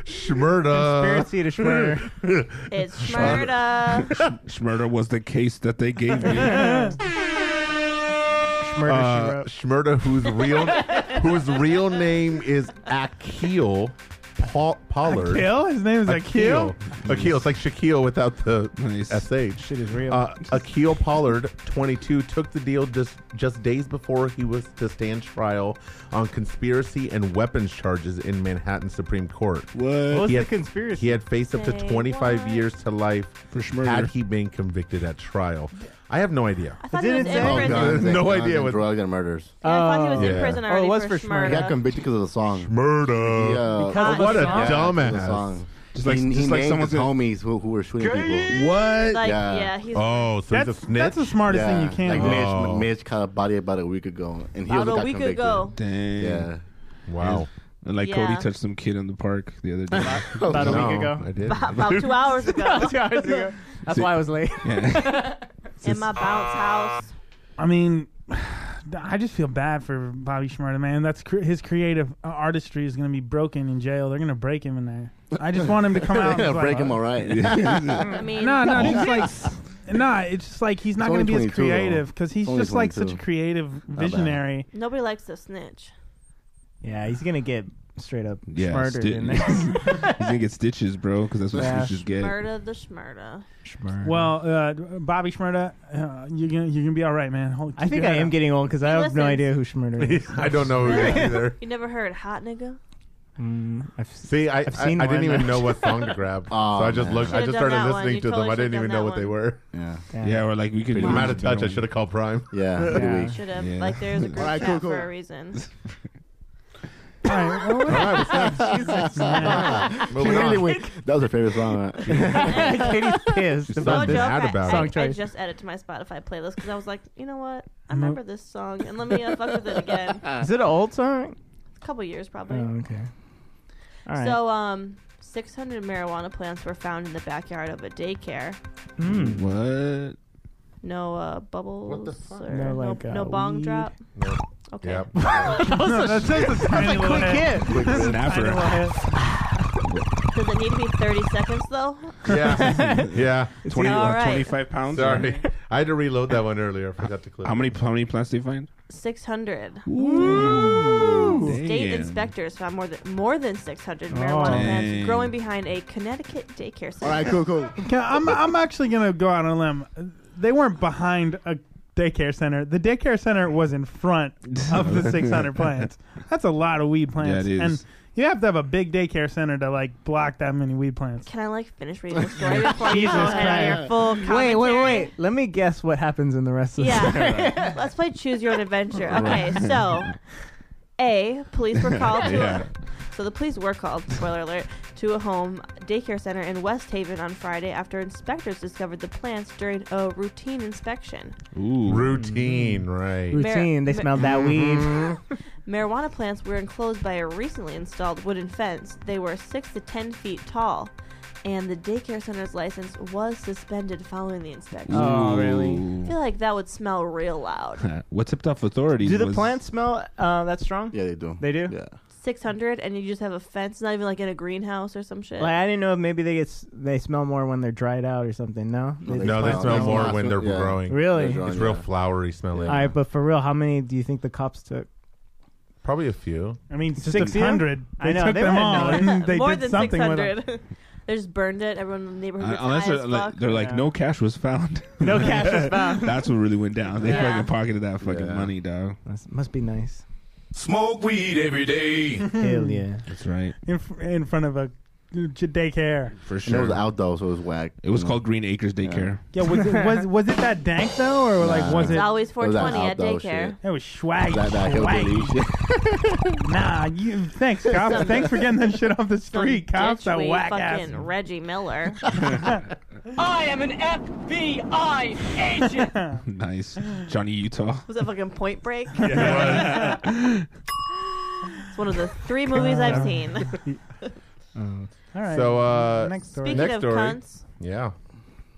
Schmurda. Conspiracy to schmurder. It's Schmurda. Schmurder was the case that they gave me. Schmurder, she Uh, wrote. Schmurda, whose real whose real name is Akil Paul- Pollard. Kill? His name is Akil. Akil. Akil. It's like Shaquille without the Nice. sh. Shit is real. Uh, Akil Pollard, 22, took the deal just just days before he was to stand trial on conspiracy and weapons charges in Manhattan Supreme Court. what What? was he the had- conspiracy? He had faced up to Say 25 what? years to life For Schmurder. had he been convicted at trial. I have no idea. I thought he was in Oh, prison. no Guns idea and what drugs and murders. Yeah, I thought he was in prison already for, He got Shmurda. convicted because of the song. Shmurda. Yeah. Because of the What a song? because of dumbass. the song. Just like- he, just he like named someone's his in- homies who, who were shooting people. What? Like, yeah. he's. oh, so he's a That's- snitch. that's the smartest thing you can Like do. Oh. Mitch, Mitch caught a body about a week ago, and he About also a got week convicted. ago. Dang. Yeah. Wow. And like Yeah. Cody touched some kid in the park the other day. About a No, week ago. I did. About two hours ago. Two hours ago. That's See- why I was late. in my bounce house. I mean, I just feel bad for Bobby Shmurda, man. That's cr- his creative uh, artistry is going to be broken in jail. They're going to break him in there. I just want him to come out. They're and gonna like- break him all right. I mean, No, no, just like, no. It's just like he's not going only to be as 22 though. creative because he's It's only just like such 22. a creative bad. visionary. Nobody likes to snitch. Yeah, he's gonna get straight up Yeah, murdered sti- in there. He's gonna get stitches, bro, because that's what Yeah. stitches get. Murder the Shmurda. Well, uh, Bobby Shmurda, uh, you're gonna you're gonna be all right, man. Hold, I keep think your I head am up. getting old because I He have listens. no idea who Schmurder is. I don't know who he is either. You never heard hot nigga? Mm, I've s- See, I I've seen I, I didn't one. even know what song to grab, Aw, so I just man. looked. I Should've just done started that one. listening You to them. totally I didn't should've even done know that what they one. were. Yeah. Yeah, or like we could. I'm out of touch. I should have called Prime. Yeah. pretty Yeah. weak. Should have. Yeah. Like, there's a group Alright, chat cool, cool. for a reason. All right, well, Moving on. Anyway, that was her favorite song. Right? Katie's pissed Just about something this. out I, about I- it. Song I choice. just added to my Spotify playlist because I was like, you know what? I Mm-hmm. remember this song and let me uh, fuck with it again. A Is it an old song? couple years probably. Oh, okay. All right. So, um, 600 marijuana plants were found in the backyard of a daycare. Hmm. Mm. What? No uh, bubbles What the fuck? or No, no, like, uh, no bong weed. drop. No. Okay. Yep. no, that's just a tiny little Quick head. hit. Snapper. Does it need to be 30 seconds though? Yeah. yeah. 20, All right. 25 pounds. Sorry, I had to reload that one earlier. I forgot to clip. How many how many plants did you find? 600. Ooh. State Damn. inspectors found more than more than 600 Oh. marijuana plants Dang. growing behind a Connecticut daycare center. All right, cool, cool. Okay, I'm I'm actually gonna go out on a limb. They weren't behind a daycare center. The daycare center was in front of the 600 plants. That's a lot of weed plants, Yeah, it is. and you have to have a big daycare center to like block that many weed plants. Can I like finish reading the story before you Jesus go into your Christ. full Wait, wait, commentary? wait. Let me guess what happens in the rest of the Yeah. Let's play choose your own adventure. Okay, so A, police were called to Yeah. so the police were called, spoiler alert, to a home daycare center in West Haven on Friday after inspectors discovered the plants during a routine inspection. Ooh. Routine, right? routine. They Mar- smelled that Mm-hmm. weed. Marijuana plants were enclosed by a recently installed wooden fence. They were six to ten feet tall, and the daycare center's license was suspended following the inspection. Oh, really? I feel like that would smell real loud. What tipped off authorities? Do the was- plants smell uh, that strong? Yeah, they do. They do? Yeah. 600, and you just have a fence, not even like in a greenhouse or some shit. Like I didn't know if maybe they get s- they smell more when they're dried out or something. No, No, No, they Wow. smell That's more awesome. when they're Yeah. growing. really. They're All dry. It's real Yeah. flowery smelling. right, but for real, how many do you think the cops took? Probably a few. I mean, Just a few? 600. They I know, took they them would've all, known. and they More did than something with them. 600. they just burned it. Everyone in the neighborhood Uh, gets unless high they're, as like, fuck. they're like, Yeah. no cash was found. No cash was found. That's what really went down. They Yeah. fucking pocketed that fucking Yeah. money, dog. That's, must be nice. Smoke weed every day. Hmm. Hell yeah. That's right, in, fr- in front of a j- daycare. for And it sure. was out though, so it was whack. Mm. It was you know? called Green Acres Daycare. Yeah, was it, was was it that dank though, or like was it's it? always was that 420 at outdoor daycare. shit? It was swag. That, that hillbilly swag. shit. Nah, you thanks, cops. thanks for getting that shit off the Some street, cops. That ditchweed whack ass. fucking Reggie Miller. I am an FBI agent. nice, Johnny Utah. Was that fucking Point Break? it's one of the three movies I've seen. All right. So uh, next story. Speaking Next of story. cunts, yeah.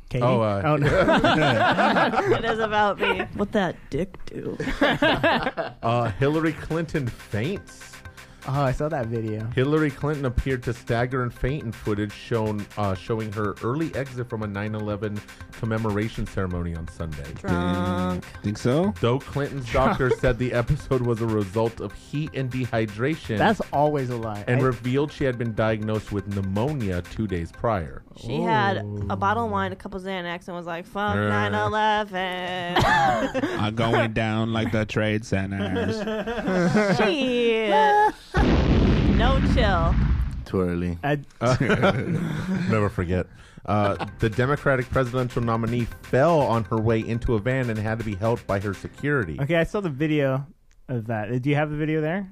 Katie? Oh, uh, oh no. it is about me. What that dick do? Uh, Hillary Clinton faints. oh, I saw that video. Hillary Clinton appeared to stagger and faint in footage shown uh, showing her early exit from a 9/11 commemoration ceremony on Sunday. Drunk. Think so? Though Clinton's doctor said the episode was a result of heat and dehydration, That's always a lie. and I- revealed she had been diagnosed with pneumonia two days prior. She had a bottle of wine, a couple Xanax, and was like, fuck Uh. 9 11. I'm going down like the trade centers. Shit. no chill. Too early. never forget. Uh, the Democratic presidential nominee fell on her way into a van and had to be held by her security. Okay, I saw the video of that. Do you have the video there?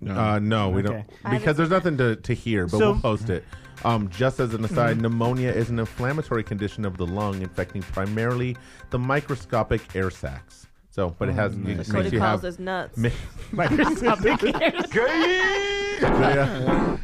No, uh, no we Okay. I don't. Because there's nothing to, to hear, but So- Mm-hmm. we'll post it. Um, just as an aside, pneumonia is an inflammatory condition of the lung infecting primarily the microscopic air sacs. So, but it has Mm. it makes Dakota you calls have- us nuts. ma- Microscopic ears. Yeah.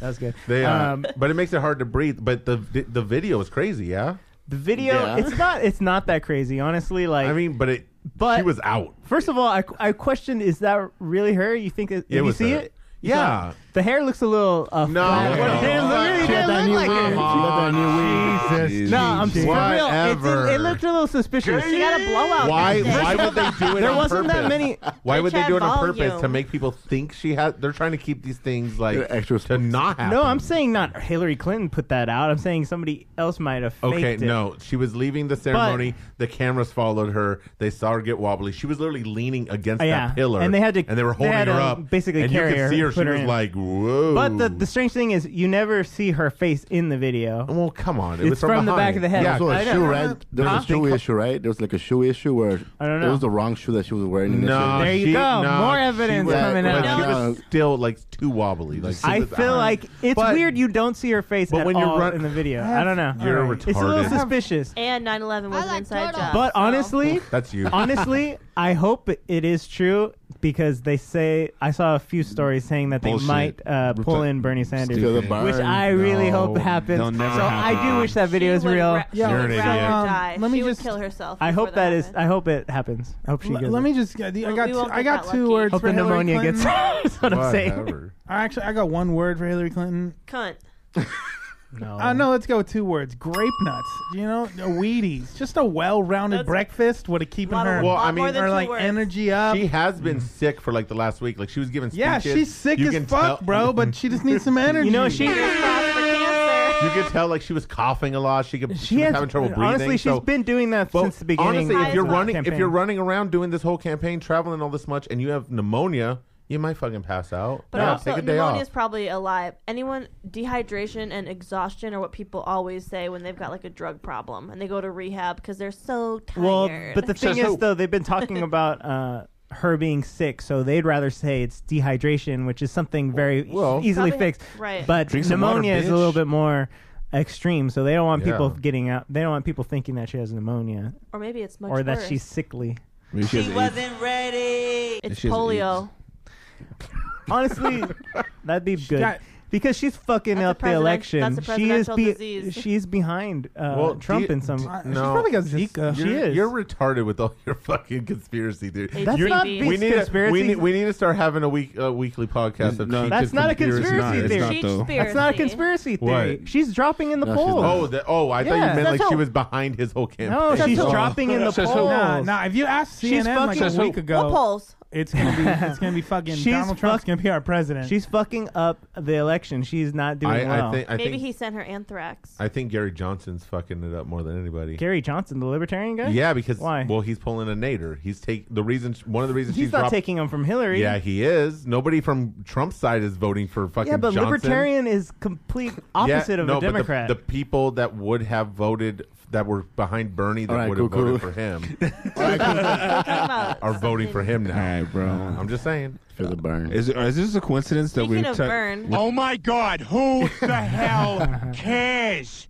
That's good. They, uh, Um, but it makes it hard to breathe. But the the, the video is crazy, yeah. The video, it's not, it's not that crazy, honestly. Like, I mean, but it, but she was out. First of all, I, I questioned, is that really her? You think it? It did you was see her. it? You Yeah. saw- the hair looks a little. Uh, no, no. really She had didn't that look new like wig. her. She got that new wig. Jesus. Oh, No, I'm for real. It, Whatever. did, it looked a little suspicious. She got a blowout. Why? that day. Why would they do it? There on wasn't that purpose? many- Why would they Bitch do it on had purpose to volume. make people think she has? They're trying to keep these things like extra to not happen. No, I'm saying not Hillary Clinton put that out. I'm saying somebody else might have faked Okay, it. no. She was leaving the ceremony. the cameras followed her. They saw her get wobbly. She was literally leaning against Uh, that yeah. pillar, And they had to- and they were they holding had her to up. basically and carry you her, could see her. She put her was in. like, "Whoa!" But the, the strange thing is, you never see her face in the video. Well, come on, It it's was from the back behind. of the head. Yeah, there was I a know. shoe, right? There was Huh? a shoe issue, right? There was like a shoe issue where I don't it know. was the wrong shoe that she was wearing. No, initially. There you she- go. no, More she evidence was- coming but out. she was still like too wobbly. Like I she was feel out. like it's weird you don't see her face But at when you're all run- in the video. I don't know. You're It's a little retarded. suspicious. And 9/11 was an inside job. But honestly, That's you. honestly, I hope it- it is true because they say I saw a few stories saying that they Bullshit. might uh, pull in Bernie Sanders, Steal the which barn. I really No. hope happens. They'll never so I happen. do wish that video She is would real. ra- Yeah. she You're would an idiot. rather Um, die. let me she would just- kill herself. I hope before that is. I hope it happens. I hope she L- gets. let it. me just. I got. we Two, won't I get got that two lucky. words Hope for the Hillary pneumonia Clinton. gets. That's what I'm saying. Whatever. I actually, I got one word for Hillary Clinton. Cunt. Oh. No. Uh, no, let's go with two words. Grape nuts. You know, a Wheaties. Just a well-rounded breakfast would have keeping Lot of- her, Well, lot I mean- more her than two like words. energy up. She has been sick for like the last week. Like she was giving. yeah, speeches. she's sick You as can fuck, tell- bro. But she just needs some energy. You know she. You could tell like she was coughing a lot. She could. She, was has- having trouble breathing. honestly, she's so- been doing that Well, since the beginning. Honestly, of if you're the running, if campaign. you're running around doing this whole campaign, traveling all this much, and you have pneumonia, you might fucking pass out. But yeah, also, take a day pneumonia off. is probably a lie. Anyone dehydration and exhaustion are what people always say when they've got like a drug problem and they go to rehab because they're so tired. Well, but the thing Says is, who? though, they've been talking about uh, her being sick, so they'd rather say it's dehydration, which is something very e-, Well- easily Probably- fixed. right. But Drink some water, pneumonia is a bitch. little bit more extreme, so they don't want people Yeah. getting out. They don't want people thinking that she has pneumonia or maybe it's much or that worse. she's sickly. Maybe she has AIDS. ready. It's She has polio. Honestly, Uh, that'd be good. got- because she's fucking That's a up the presiden- election. that's a she is presidential be- disease. she's behind uh, Well, do Trump you- in some. do- Uh, she's no. probably got Just- Zika. You're, Uh, She is. You're retarded with all your fucking conspiracy theories. That's You're- not we being need to, we conspiracy. need we need to start having a week a weekly podcast of No, cheap That's not a conspiracy conspiracy theories. It's theory. not though. That's not a conspiracy theory. What? She's dropping in the No, she's polls. Oh, the, oh! I Yeah. thought you meant like That's she how- was behind his whole campaign. No, she's Oh. dropping in the Says polls. who? Nah, nah, if you asked CNN She's like fucking- a week What ago, polls? it's gonna be it's gonna be fucking She's Donald Trump's fuck- gonna be our president. She's fucking up the election. She's not doing I, well. I think I Maybe think he sent her anthrax. I think Gary Johnson's fucking it up more than anybody. Gary Johnson, the libertarian guy. Yeah, because why? well, he's pulling a nader. He's take the reason. One of the reasons he's, she's not dropped- taking him from Hillary. Yeah, he is. Nobody from Trump's side is voting for fucking. yeah, but Johnson. libertarian is complete opposite Yeah, of no, a but the- Democrat. The, people that would have voted that were behind Bernie that All right, would have cool, voted cool. for him Talking about are voting for him All now. right, bro. I'm just saying. Feel the burn. Is, it- is this a coincidence that Speaking we're of ta- burn, Oh my God! Who the hell cares?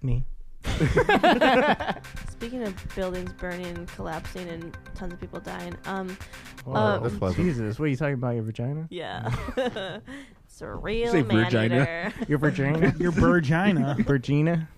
Me. speaking of buildings burning and collapsing and tons of people dying, um, Wow, uh, that's pleasant. Jesus, what are you talking about? Your vagina? yeah, it's a real say man Virginia. eater. Your vagina? your virgina. Virginia?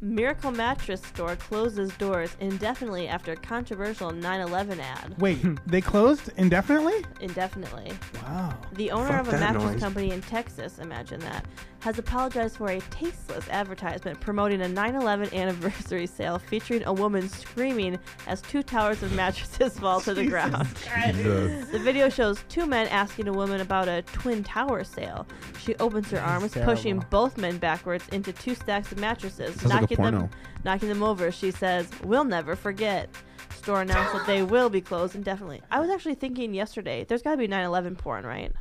Miracle Mattress store closes doors indefinitely after controversial 9/11 ad. Wait, they closed indefinitely? Indefinitely. Wow. The owner Fuck of a that mattress noise. company in Texas, imagine that, has apologized for a tasteless advertisement promoting a 9 11 anniversary sale featuring a woman screaming as two towers of mattresses fall to the ground. Jesus. The video shows two men asking a woman about a twin tower sale. She opens her arms, terrible. pushing both men backwards into two stacks of mattresses, Sounds like a knocking them porno. knocking them over. She says, "We'll never forget." Store announced that they will be closed indefinitely. I was actually thinking yesterday, there's got to be 9/11 porn, right?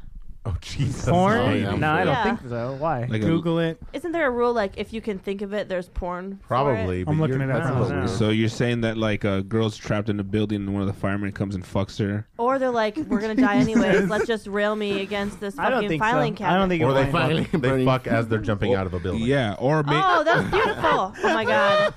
Oh Jesus! Porn? Oh, yeah. No, I don't think so. Why? Like a- Google it. Isn't there a rule like if you can think of it, there's porn? for Probably. it? but you're- that's a little weird. So you're saying that like a girl's trapped in a building and one of the firemen comes and fucks her. Or they're like, we're gonna die anyways. Let's just rail me against this I don't fucking think so. filing cabinet. or they fuck, they fuck as they're jumping out of a building. Yeah, or maybe Oh, that's beautiful. Oh my god.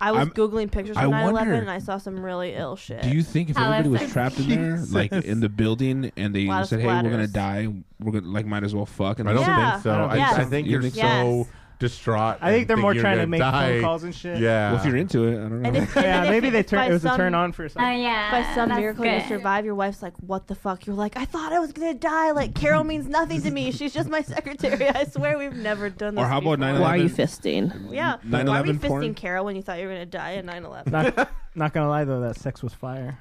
I was I'm- googling pictures I from 9 11 wonder- and I saw some really ill shit. Do you think Oh, if everybody was trapped in there, like in the building, and they Lot of said, "Hey, we're gonna splatters. die. We're gonna like might as well fuck." And I don't they- think so. I, I think You you're think so? so distraught. I think they're and more you're trying to gonna make phone die. calls and shit. Yeah. Well, if you're into it, I don't know. yeah, maybe they turn. by It was a some- turn on for a second. yeah. By some that's miracle you good. survive, your wife's like, What the fuck? You're like, I thought I was gonna die. Like Carol means nothing to me. She's just my secretary. I swear we've never done this. Or how about before. 9/11? Why are you fisting? Yeah. Why were you 9/11 fisting porn? Carol when you thought you were gonna die at 9 11? Not, not gonna lie though, that sex was fire.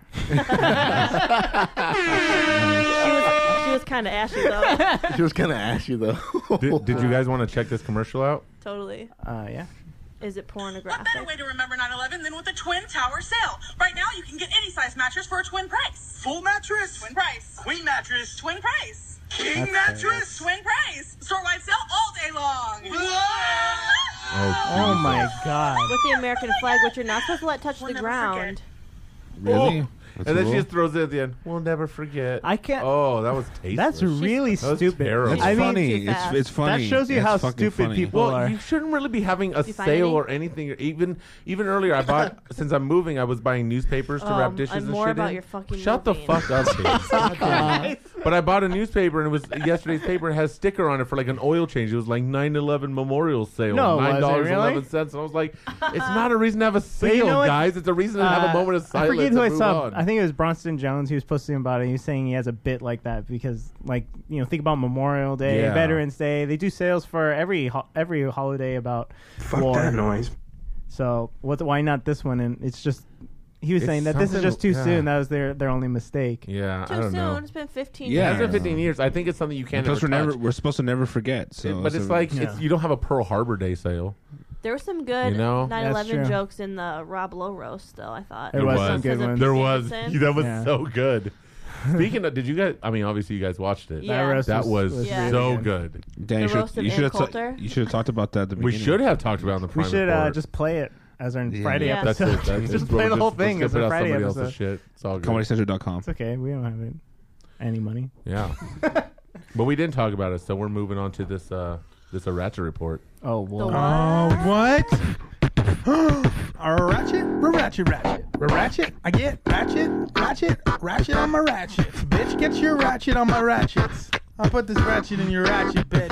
she was, she was kind of ashy though. she was kind of ashy though. did, did you guys want to check this commercial out? totally. Uh, yeah. Is it pornographic? better way to remember 9-11 than with the twin tower sale. Right now, you can get any size mattress for a twin price. Full mattress. Twin price. Queen mattress. Twin price. King That's mattress? Twin price. Store-wide sale all day long. Oh my god. With the American flag, which you're not supposed to let touch the ground. Really? That's and then cool. she just throws it at the end. We'll never forget. I can't- Oh, that was tasteless. That's really That was stupid. terrible. It's I mean- funny. It's- it's funny. That shows you It's how fucking stupid funny. people well, are. You shouldn't really be having a You sale find any? or anything. Even even earlier, I bought since I'm moving. I was buying newspapers to Oh, wrap dishes I'm and more shit. about in. your fucking Shut moving. the fuck up, Oh, bitch. but I bought a newspaper and it was yesterday's paper. It had a sticker on it for like an oil change. It was like 9/11 memorial sale, No, it wasn't, nine dollars really? eleven cents. And I was like, it's not a reason to have a But sale, you know what? guys. It's a reason to have Uh, a moment of silence. I forget who and I move saw. on. I think it was Bronston Jones. He was posting about it. He was saying he has a bit like that because, like, you know, think about Memorial Day, Yeah. Veterans Day. They do sales for every ho- every holiday about Fuck war. that noise. So what? Why not this one? And it's just he was It's saying that this is something- just too yeah. soon. That was their their only mistake. Yeah, I don't know. soon. It's been 15 Yeah, years. it's been 15 years. I think it's something you can't. Because ever we're never touch. we're supposed to never forget. Oh, So, but it's like it's, Yeah. you don't have a Pearl Harbor Day sale. There were some good You know? 9 That's 11 true. jokes in the Rob Lowe roast, though, I thought. There was some Because good of ones. There was. Stevenson. That was so good. Speaking of, did you guys? I mean, obviously you guys watched it. Yeah. That roast That was- was, was really so good. good. Dan, you The roast should of you Ann should have Coulter? you should have talked about that at the We beginning. should have talked about it on the We prime should uh, report. just play it as our Yeah. Friday Yeah. That's episode. it, that's just it. play We'll the just- whole we'll thing skip as it a off Friday somebody else's episode. shit. It's all good. ComedyCentral.com. It's okay. We don't have it. Any money? Yeah. but we didn't talk about it, so we're moving on to this uh this Aracha report. Oh, whoa. Oh, what? A ratchet, a ratchet, ratchet, a ratchet. I get ratchet, ratchet, ratchet on my ratchet. Bitch, get your ratchet on my ratchets. I'll put this ratchet in your ratchet, bitch.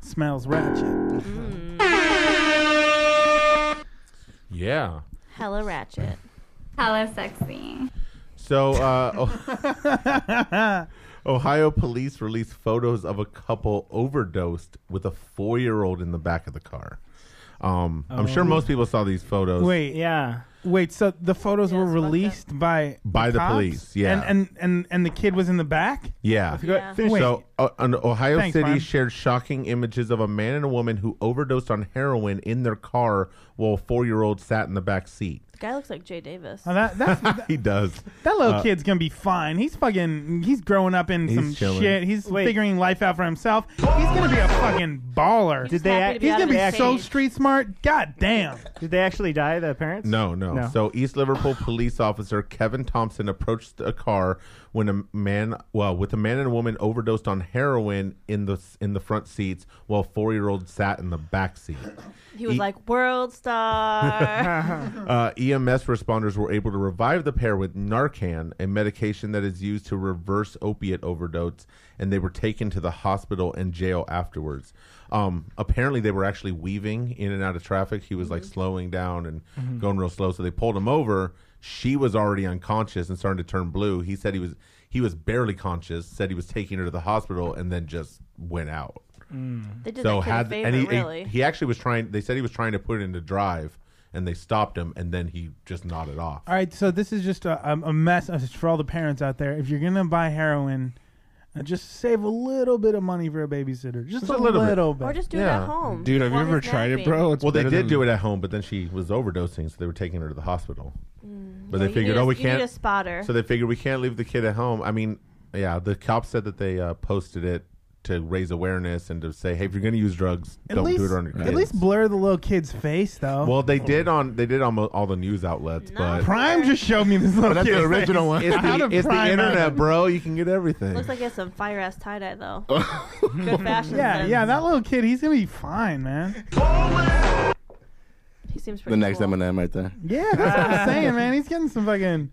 Smells ratchet. Yeah. Hella ratchet. Hella sexy. So uh, Oh- Ohio police released photos of a couple overdosed with a four-year-old in the back of the car. Um, I'm sure Oh. most people saw these photos. Wait, yeah. Wait, so the photos were released by By the cops? police, yeah. and and and, and the kid was in the back. Yeah. Yeah. Finish So, uh, an Ohio Thanks, City Brian. shared shocking images of a man and a woman who overdosed on heroin in their car while a four-year-old sat in the back seat. The guy looks like Jay Davis. Oh, that that's, that he does. little Uh, kid's gonna be fine. He's fucking. He's growing up in He's some chilling. shit. He's Wait. figuring life out for himself. He's gonna be a fucking baller. Did they? act- he's gonna be so street smart. God damn. Did they actually die? The parents? No, no, No. So East Liverpool police officer Kevin Thompson approached a car when a man, well, with a man and a woman overdosed on heroin in the in the front seats, while four year old sat in the back seat. He was E- like, World Star. uh, EMS responders were able to revive the pair with Narcan, a medication that is used to reverse opiate overdose, and they were taken to the hospital and jail afterwards. Um, apparently, they were actually weaving in and out of traffic. He was like slowing down and Mhm. going real slow, so they pulled him over. She was already unconscious and starting to turn blue. He said he was he was barely conscious. Said he was taking her to the hospital and then just went out They did that kid a favor, and he, really. he actually was trying. They said he was trying to put it into drive, and they stopped him, and then he just nodded off. All right, so this is just a, a- a mess uh, for all the parents out there. If you're gonna buy heroin, uh, just save a little bit of money for a babysitter. Just, a, little, bit. Or just do it at home. While he's napping. well, they better did than- do it at home, but then she was overdosing, so they were taking her to the hospital. Mm, But Well, they you figured, need a- oh, we you need can't. a spotter. So they figured we can't leave the kid at home. I mean, yeah, the cops said that they uh, posted it to raise awareness and to say, hey, if you're going to use drugs, At don't least, do it on your kids. at least blur the little kid's face though. well, they did on they did on mo- all the news outlets, but Prime just showed me this little But that's the kid's original face. one. It's the- How did it's the Prime not- internet, bro. You can get everything. Looks like it's some fire ass tie dye though. Good fashion. Yeah, sense. yeah, that little kid, he's gonna be fine, man. He seems pretty The next cool. Eminem right there. Yeah, that's what I'm saying, man. He's getting some fucking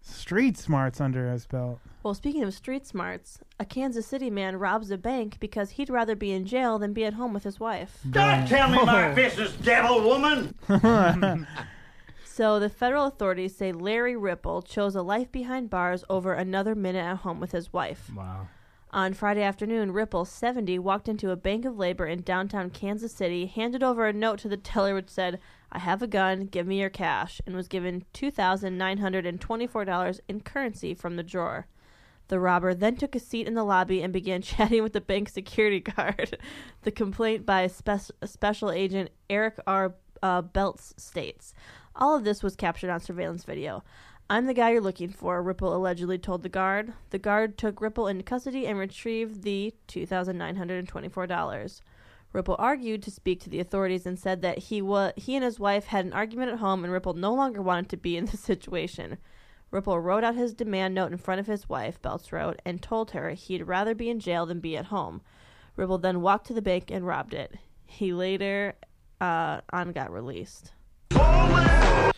street smarts under his belt. Well, speaking of street smarts, a Kansas City man robs a bank because he'd rather be in jail than be at home with his wife. Don't tell me my business, devil woman. So the federal authorities say Larry Ripple chose a life behind bars over another minute at home with his wife. Wow. On Friday afternoon, Ripple, 70, walked into a bank of labor in downtown Kansas City, handed over a note to the teller which said, I have a gun, give me your cash, and was given $2,924 in currency from the drawer. The robber then took a seat in the lobby and began chatting with the bank security guard. the complaint by spec- Special Agent Eric R. Uh, Belts states All of this was captured on surveillance video. I'm the guy you're looking for, Ripple allegedly told the guard. The guard took Ripple into custody and retrieved the $2,924. Ripple argued to speak to the authorities and said that he wa- he and his wife had an argument at home and Ripple no longer wanted to be in the situation. Ripple wrote out his demand note in front of his wife, Belts wrote, and told her he'd rather be in jail than be at home. Ripple then walked to the bank and robbed it. He later uh, on got released.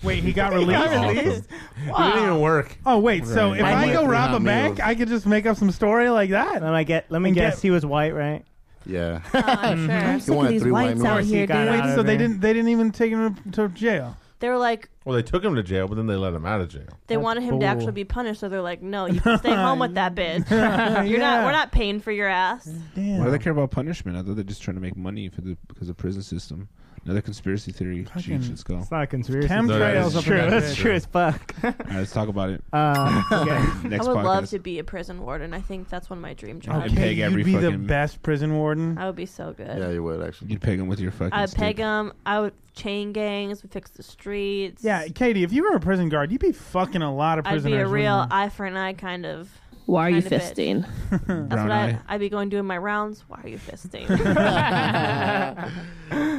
Wait, he got He released. got released? Wow. It didn't even work. Oh wait, so Right. if I I, knew it go was rob not a me. bank, I could just make up some story like that. Let me get. Let me guess. He was white, right? Yeah. Oh, I'm sure. Mm-hmm. sick of wanted these three white whites men. out here, dude. Wait, Out of so they here. didn't. They didn't even take him to jail. They were like, well, they took him to jail, but then they let him out of jail. they wanted him to actually be punished, so they're like, no, you can stay home with that bitch. You're not, Yeah. we're not paying for your ass. Why do they care about punishment? I thought they're just trying to make money for the because of prison system. Another conspiracy theory. Jeez, let's go. It's not a conspiracy. Chemtrails That's up in true. that That's bitch. true as fuck. All right, let's talk about it. Uh, I okay. would Next love podcast. to be a prison warden. I think that's one of my dream jobs. I'd peg you'd every be the fucking. best prison warden. I would be so good. Yeah, you would actually. You'd peg him with your fucking. I would stick. peg them. I would chain gangs. We fix the streets. Yeah, Katie, if you were a prison guard, you'd be fucking a lot of I'd prisoners. be a wouldn't real uh, you? eye for an eye kind of. Why are you kind of bitch. That's Brown what I, eye. I'd be going doing my rounds. Why are you fisting?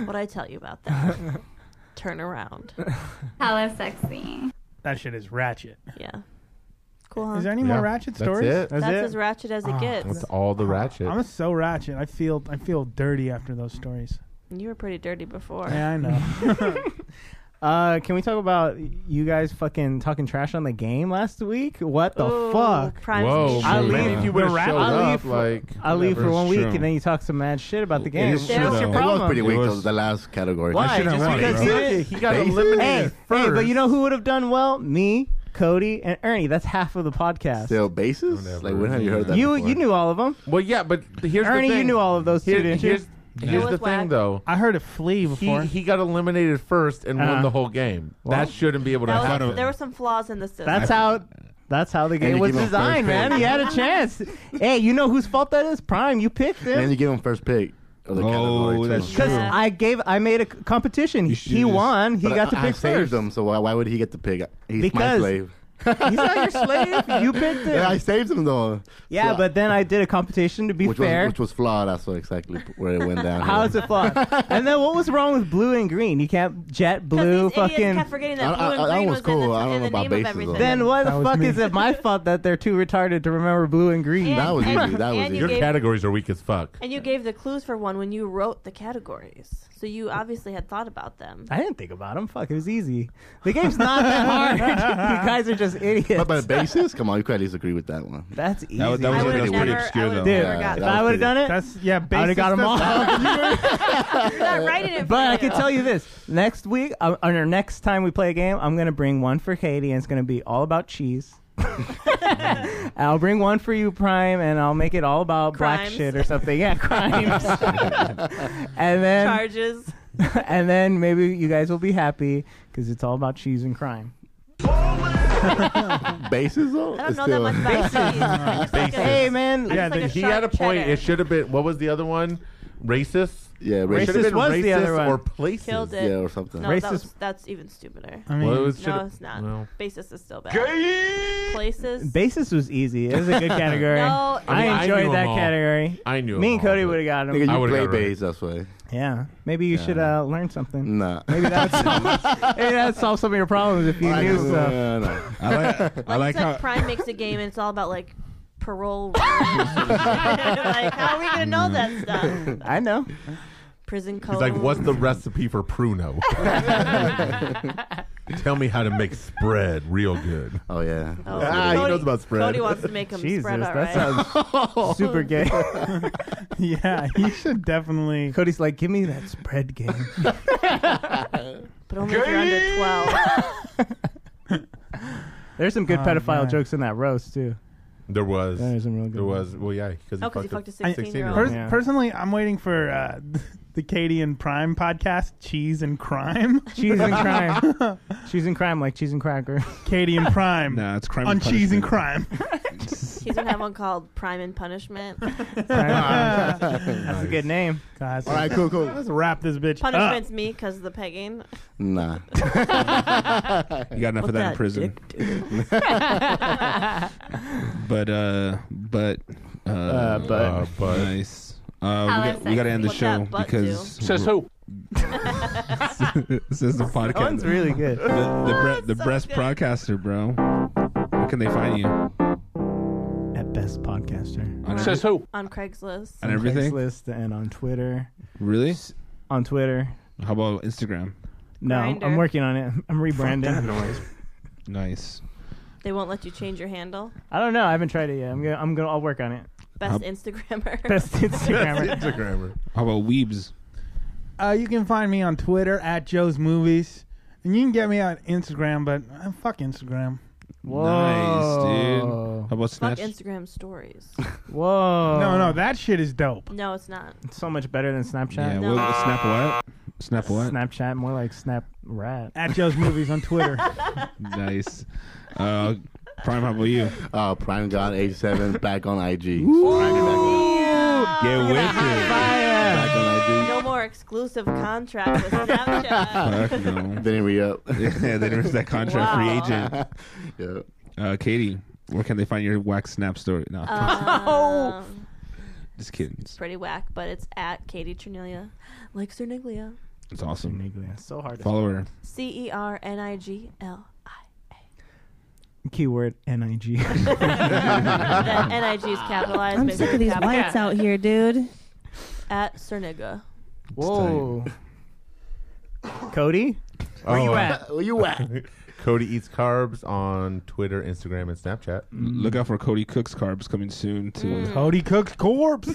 what I tell you about that? Turn around. Hella sexy. That shit is ratchet. Yeah. Cool. Huh? Is there any more ratchet stories? That's, as ratchet as it Ah, gets. That's all the ratchet. I'm so ratchet. I feel I feel dirty after those stories. You were pretty dirty before. Yeah, I know. Uh, can we talk about you guys fucking talking trash on the game last week? What the Ooh, fuck? Prime's Whoa, I man. leave If you the would've rap- showed I up, leave, like, I leave for whatever. one It's week true. and then you talk some mad shit about the game. It was, your it was problem. pretty weak. though, the last category. Why? Just because he, he got eliminated. Hey, hey, but you know who would have done well? Me, Cody, and Ernie. That's half of the podcast. Still bases? Like when have you heard that? you before? you knew all of them. Well, yeah, but here's the Ernie. You thing. knew all of those Here- too, didn't here's- you? Here's the thing, though. I heard a flea before. He, he got eliminated first and Uh-huh. won the whole game. Well, that shouldn't be able to That was- happen. there were some flaws in the system. That's how. That's how the game you was give him designed, first man. pick. He had a chance. hey, you know whose fault that is? Prime. You picked And him. you give him first pick. Of the category, too. Because I gave. I made a c- competition. He Yes. won. He But got I, to I pick saved first. him, so why, why would he get to pick? He's my Because- slave. He's not your slave. You picked him. Yeah, I saved him though. Yeah, So- but then I did a competition to be which fair. was which was flawed. I saw exactly where it went down. How is it flawed? and then what was wrong with blue and green? You can't jet blue fucking. kept forgetting that I- blue I- and I- that green was was, in cool. the, I don't in know the about name bases, of though. everything. Then why the That was fuck me. is it my fault that they're too retarded to remember blue and green? That was and- easy. That was and you Your gave- categories are weak as fuck. And you gave the clues for one when you wrote the categories. So you obviously had thought about them. I didn't think about him. Fuck, it was easy. The game's not that hard. you guys are just idiots. But but basis? Come on, you could at least agree with that one. That's easy. was- that was- I that would've was pretty never- obscure, I would've though. Dude, never gotten if that. I would have done it, That's yeah. I would have got them all. You're not writing it. But I for can tell you this: next week, uh, on our next time we play a game, I'm gonna bring one for Katie, and it's gonna be all about cheese. I'll bring one for you, Prime, and I'll make it all about black Crimes. shit or something. Yeah, crimes. and then charges. and then maybe you guys will be happy because it's all about cheese and crime. Basis though. I don't know that much about cheese. I just like a- Hey man, I just like a he sharp had a point. cheddar. It should have been. What was the other one? racist. Yeah, It should've Racist been was the other racist one. Or places. Killed it. No, that Racist- was, that's even stupider. I mean- Well, it no, should've- it's not. Uh, well. Basis is still bad. Places. Basis was easy. It was a good category. No, I, I mean, I enjoyed knew that 'em all. category. I knew Me 'em and all, Cody would have gotten Nigga, him. you play bass, that's why. Yeah. Maybe you should uh, learn something. Nah. Maybe that's maybe that solves some of your problems if you knew no, stuff. no, no. I like, I It's like like how. Prime makes a game and it's all about like parole. rules. like, how are we gonna know that stuff? I know. Prison code. He's like, what's the recipe for pruno? Tell me how to make spread real good. Oh yeah. Oh, ah, he Cody- knows about spread. Cody wants to make him Jesus, spread. that all right. sounds super gay. yeah, you should definitely. Cody's like, give me that spread game. but only if you're under twelve. There's some good Oh, pedophile man. jokes in that roast too. There was. That is a real good There one. was. Well, yeah, because Oh, 'cause he fucked a I- 16-year-old. pers- Yeah. Personally, I'm waiting for uh, the Katie and Prime podcast, Cheese and Crime. Cheese and crime. cheese and crime, like cheese and cracker. Katie and Prime Nah, it's crime. on and Cheese and Punishment. Crime. He's gonna have one called Prime and Punishment. Ah. That's a good name. Guys, All right, cool, cool. Let's wrap this bitch up. Punishment's me 'cause of the pegging. Nah. You got enough What of that in that prison. but uh, but uh, but- Uh, but. nice. Uh, we, How got, we got to end the sexy. show What that butt because do? Says who? says the podcast. one's really good. The, the, bre- the so breast good. broadcaster, bro. Where can they find you? At best podcaster. On, Says who? On Craigslist. on everything? Craigslist and on Twitter. Really? On Twitter. How about Instagram? No, Grindr. I'm working on it. I'm rebranding. Nice. They won't let you change your handle. I don't know. I haven't tried it yet. I'm gonna. I'm gonna. I'll work on it. Best Um, Up. Instagrammer. Best Instagrammer. Instagrammer. How about Weebs? Uh, you can find me on Twitter at Joe's Movies, and you can get me on Instagram. But uh, fuck Instagram. Nice, dude. Whoa. How about Fuck Snatch? Instagram stories. Whoa. No, no, that shit is dope. No, it's not. It's so much better than Yeah, Snapchat. No. what- Snap what? Snap what? Snapchat more like Snap Rat. At Joe's Movies on Twitter. Nice. Uh, Prime, how about you? Uh, Prime gone, age seven, back on IG. Get with it. Back on IG. No more exclusive contract with Snapchat. Fuck no. Then we up. yeah, they was that contract free Wow. agent. yeah. Uh, Katie, where can they find your wax snap story? No, Uh. Um, just kidding. It's, pretty whack, but it's at Katie Cernelia, like Cerniglia. it's awesome. Niggly. So hard. To Follow her. C E R N I G L I. Keyword N-I-G. That N I G is capitalized. I'm make sick sure of these it's capitalized. whites out here, dude. At Cerniga. Whoa. Cody? Where you at? Where you at? Oh, uh, Cody eats carbs on Twitter, Instagram, and Snapchat. Look out for Cody Cook's carbs coming soon too. Cody Cook's corpse.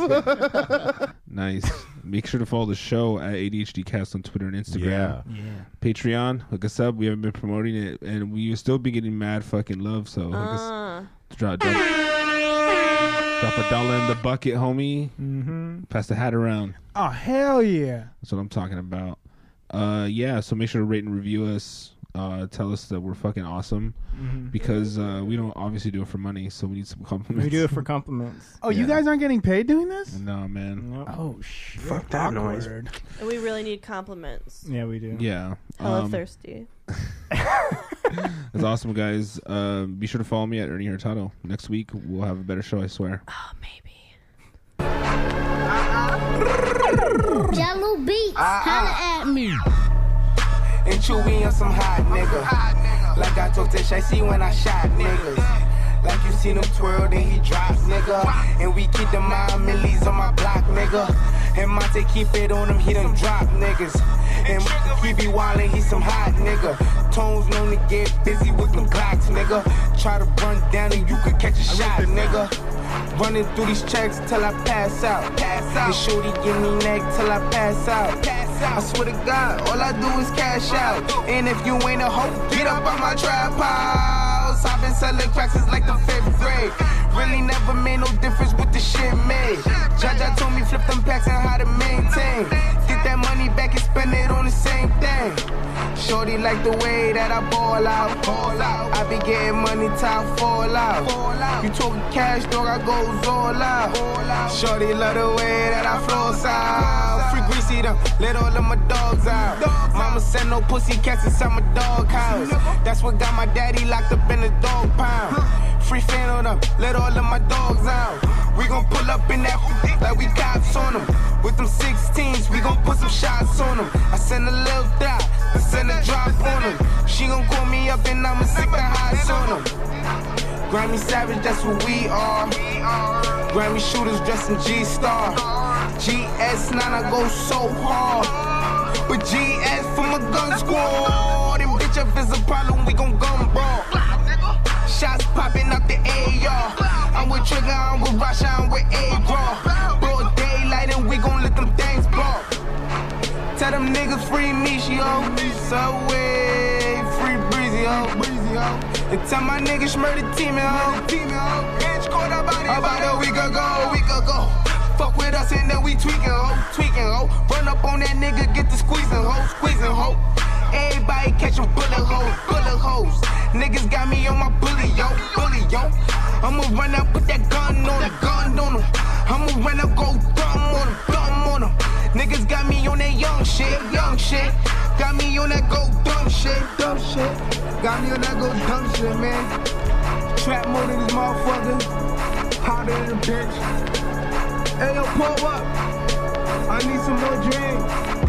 Nice. Make sure to follow the show at ADHDcast on Twitter and Instagram. Yeah. Patreon, hook us up. We haven't been promoting it, and we will still be getting mad fucking love. So hook us, Uh, drop, drop, drop a dollar in the bucket, homie. Mm-hmm. Pass the hat around. oh hell yeah! That's what I'm talking about. Uh, yeah. So make sure to rate and review us. Uh, tell us that we're fucking awesome Mm-hmm. because uh, we don't obviously do it for money, so we need some compliments. We do it for compliments. Oh, you Yeah. guys aren't getting paid doing this? No, man. Nope. Oh shit! Fuck that noise. and we really need compliments. Yeah, we do. Yeah. Hella Um, thirsty. That's awesome, guys. Um, be sure to follow me at Ernie Hurtado. Next week, we'll have a better show, I swear. Oh, maybe. Jello Beats, holla at me. And chewy on some hot nigga. Like I told Tish, I see when I shot niggas. Like you seen him twirl, then he drop, nigga. And we keep the mind millies on my block, nigga. And Monte keep it on him, he done drop niggas. And he be wildin', he some hot nigga. Tones known to get busy with them clocks, nigga. Try to run down and you could catch a shot, nigga. Running through these checks till I pass out. Pass out. And shorty give me neck till I pass out. Pass out. I swear to God, all I do is cash out. And if you ain't a hoe, get up on my trap house. I've been selling cracks since like the fifth grade. Really never made no difference with the shit made. Jaja told me flip them packs and how to maintain. Get that money back and spend it on the same thing. Shorty like the way that I ball out. Ball out. I be getting money, top fall out. You talking cash, dog, I goes all out. Shorty love the way that I flow out. Free greasy them, let all of my dogs out. Mama send no pussy cats inside my dog house. That's what got my daddy locked up in the dog pound. Free fan on them, let all of my dogs out. We gon' pull up in that like we cops on them. With them 16s, we gon' put some shots on them. I send a little dot, I send a drop on them. She gon' call me up and I'ma stick the highs on them. Grammy Savage, that's who we are. Grammy shooters dressed in G Star. GS9, I go so hard. But GS from a gun squad. And bitch, if it's a problem, we gon' gun brawl. Shots popping out the AR. I'm with Trigger, I'm with Rasha, I'm with A-Raw. Broad daylight, and we gon' let them things blow. Tell them niggas free me, she yo. Subway, free breezy, yo. Breezy, yo. And tell my niggas murder team, yo. Team, yo. Bitch, caught about it about a week ago. Week ago. Fuck with us and then we tweaking, ho. Tweaking, ho. Run up on that nigga, get the squeezing, ho. Squeezing, ho. Everybody catching bullet holes, bullet holes. Niggas got me on my bully, yo, bully, yo. I'ma run up, put that gun on him, gun on him. I'ma run up, go dumb on him, dumb on him. Niggas got me on that young shit, young shit. Got me on that go dumb shit, dumb shit. Got me on that go dumb shit, man. Trap mode in this motherfucker. Hotter than a bitch. Hey, yo, pull up. I need some more drink.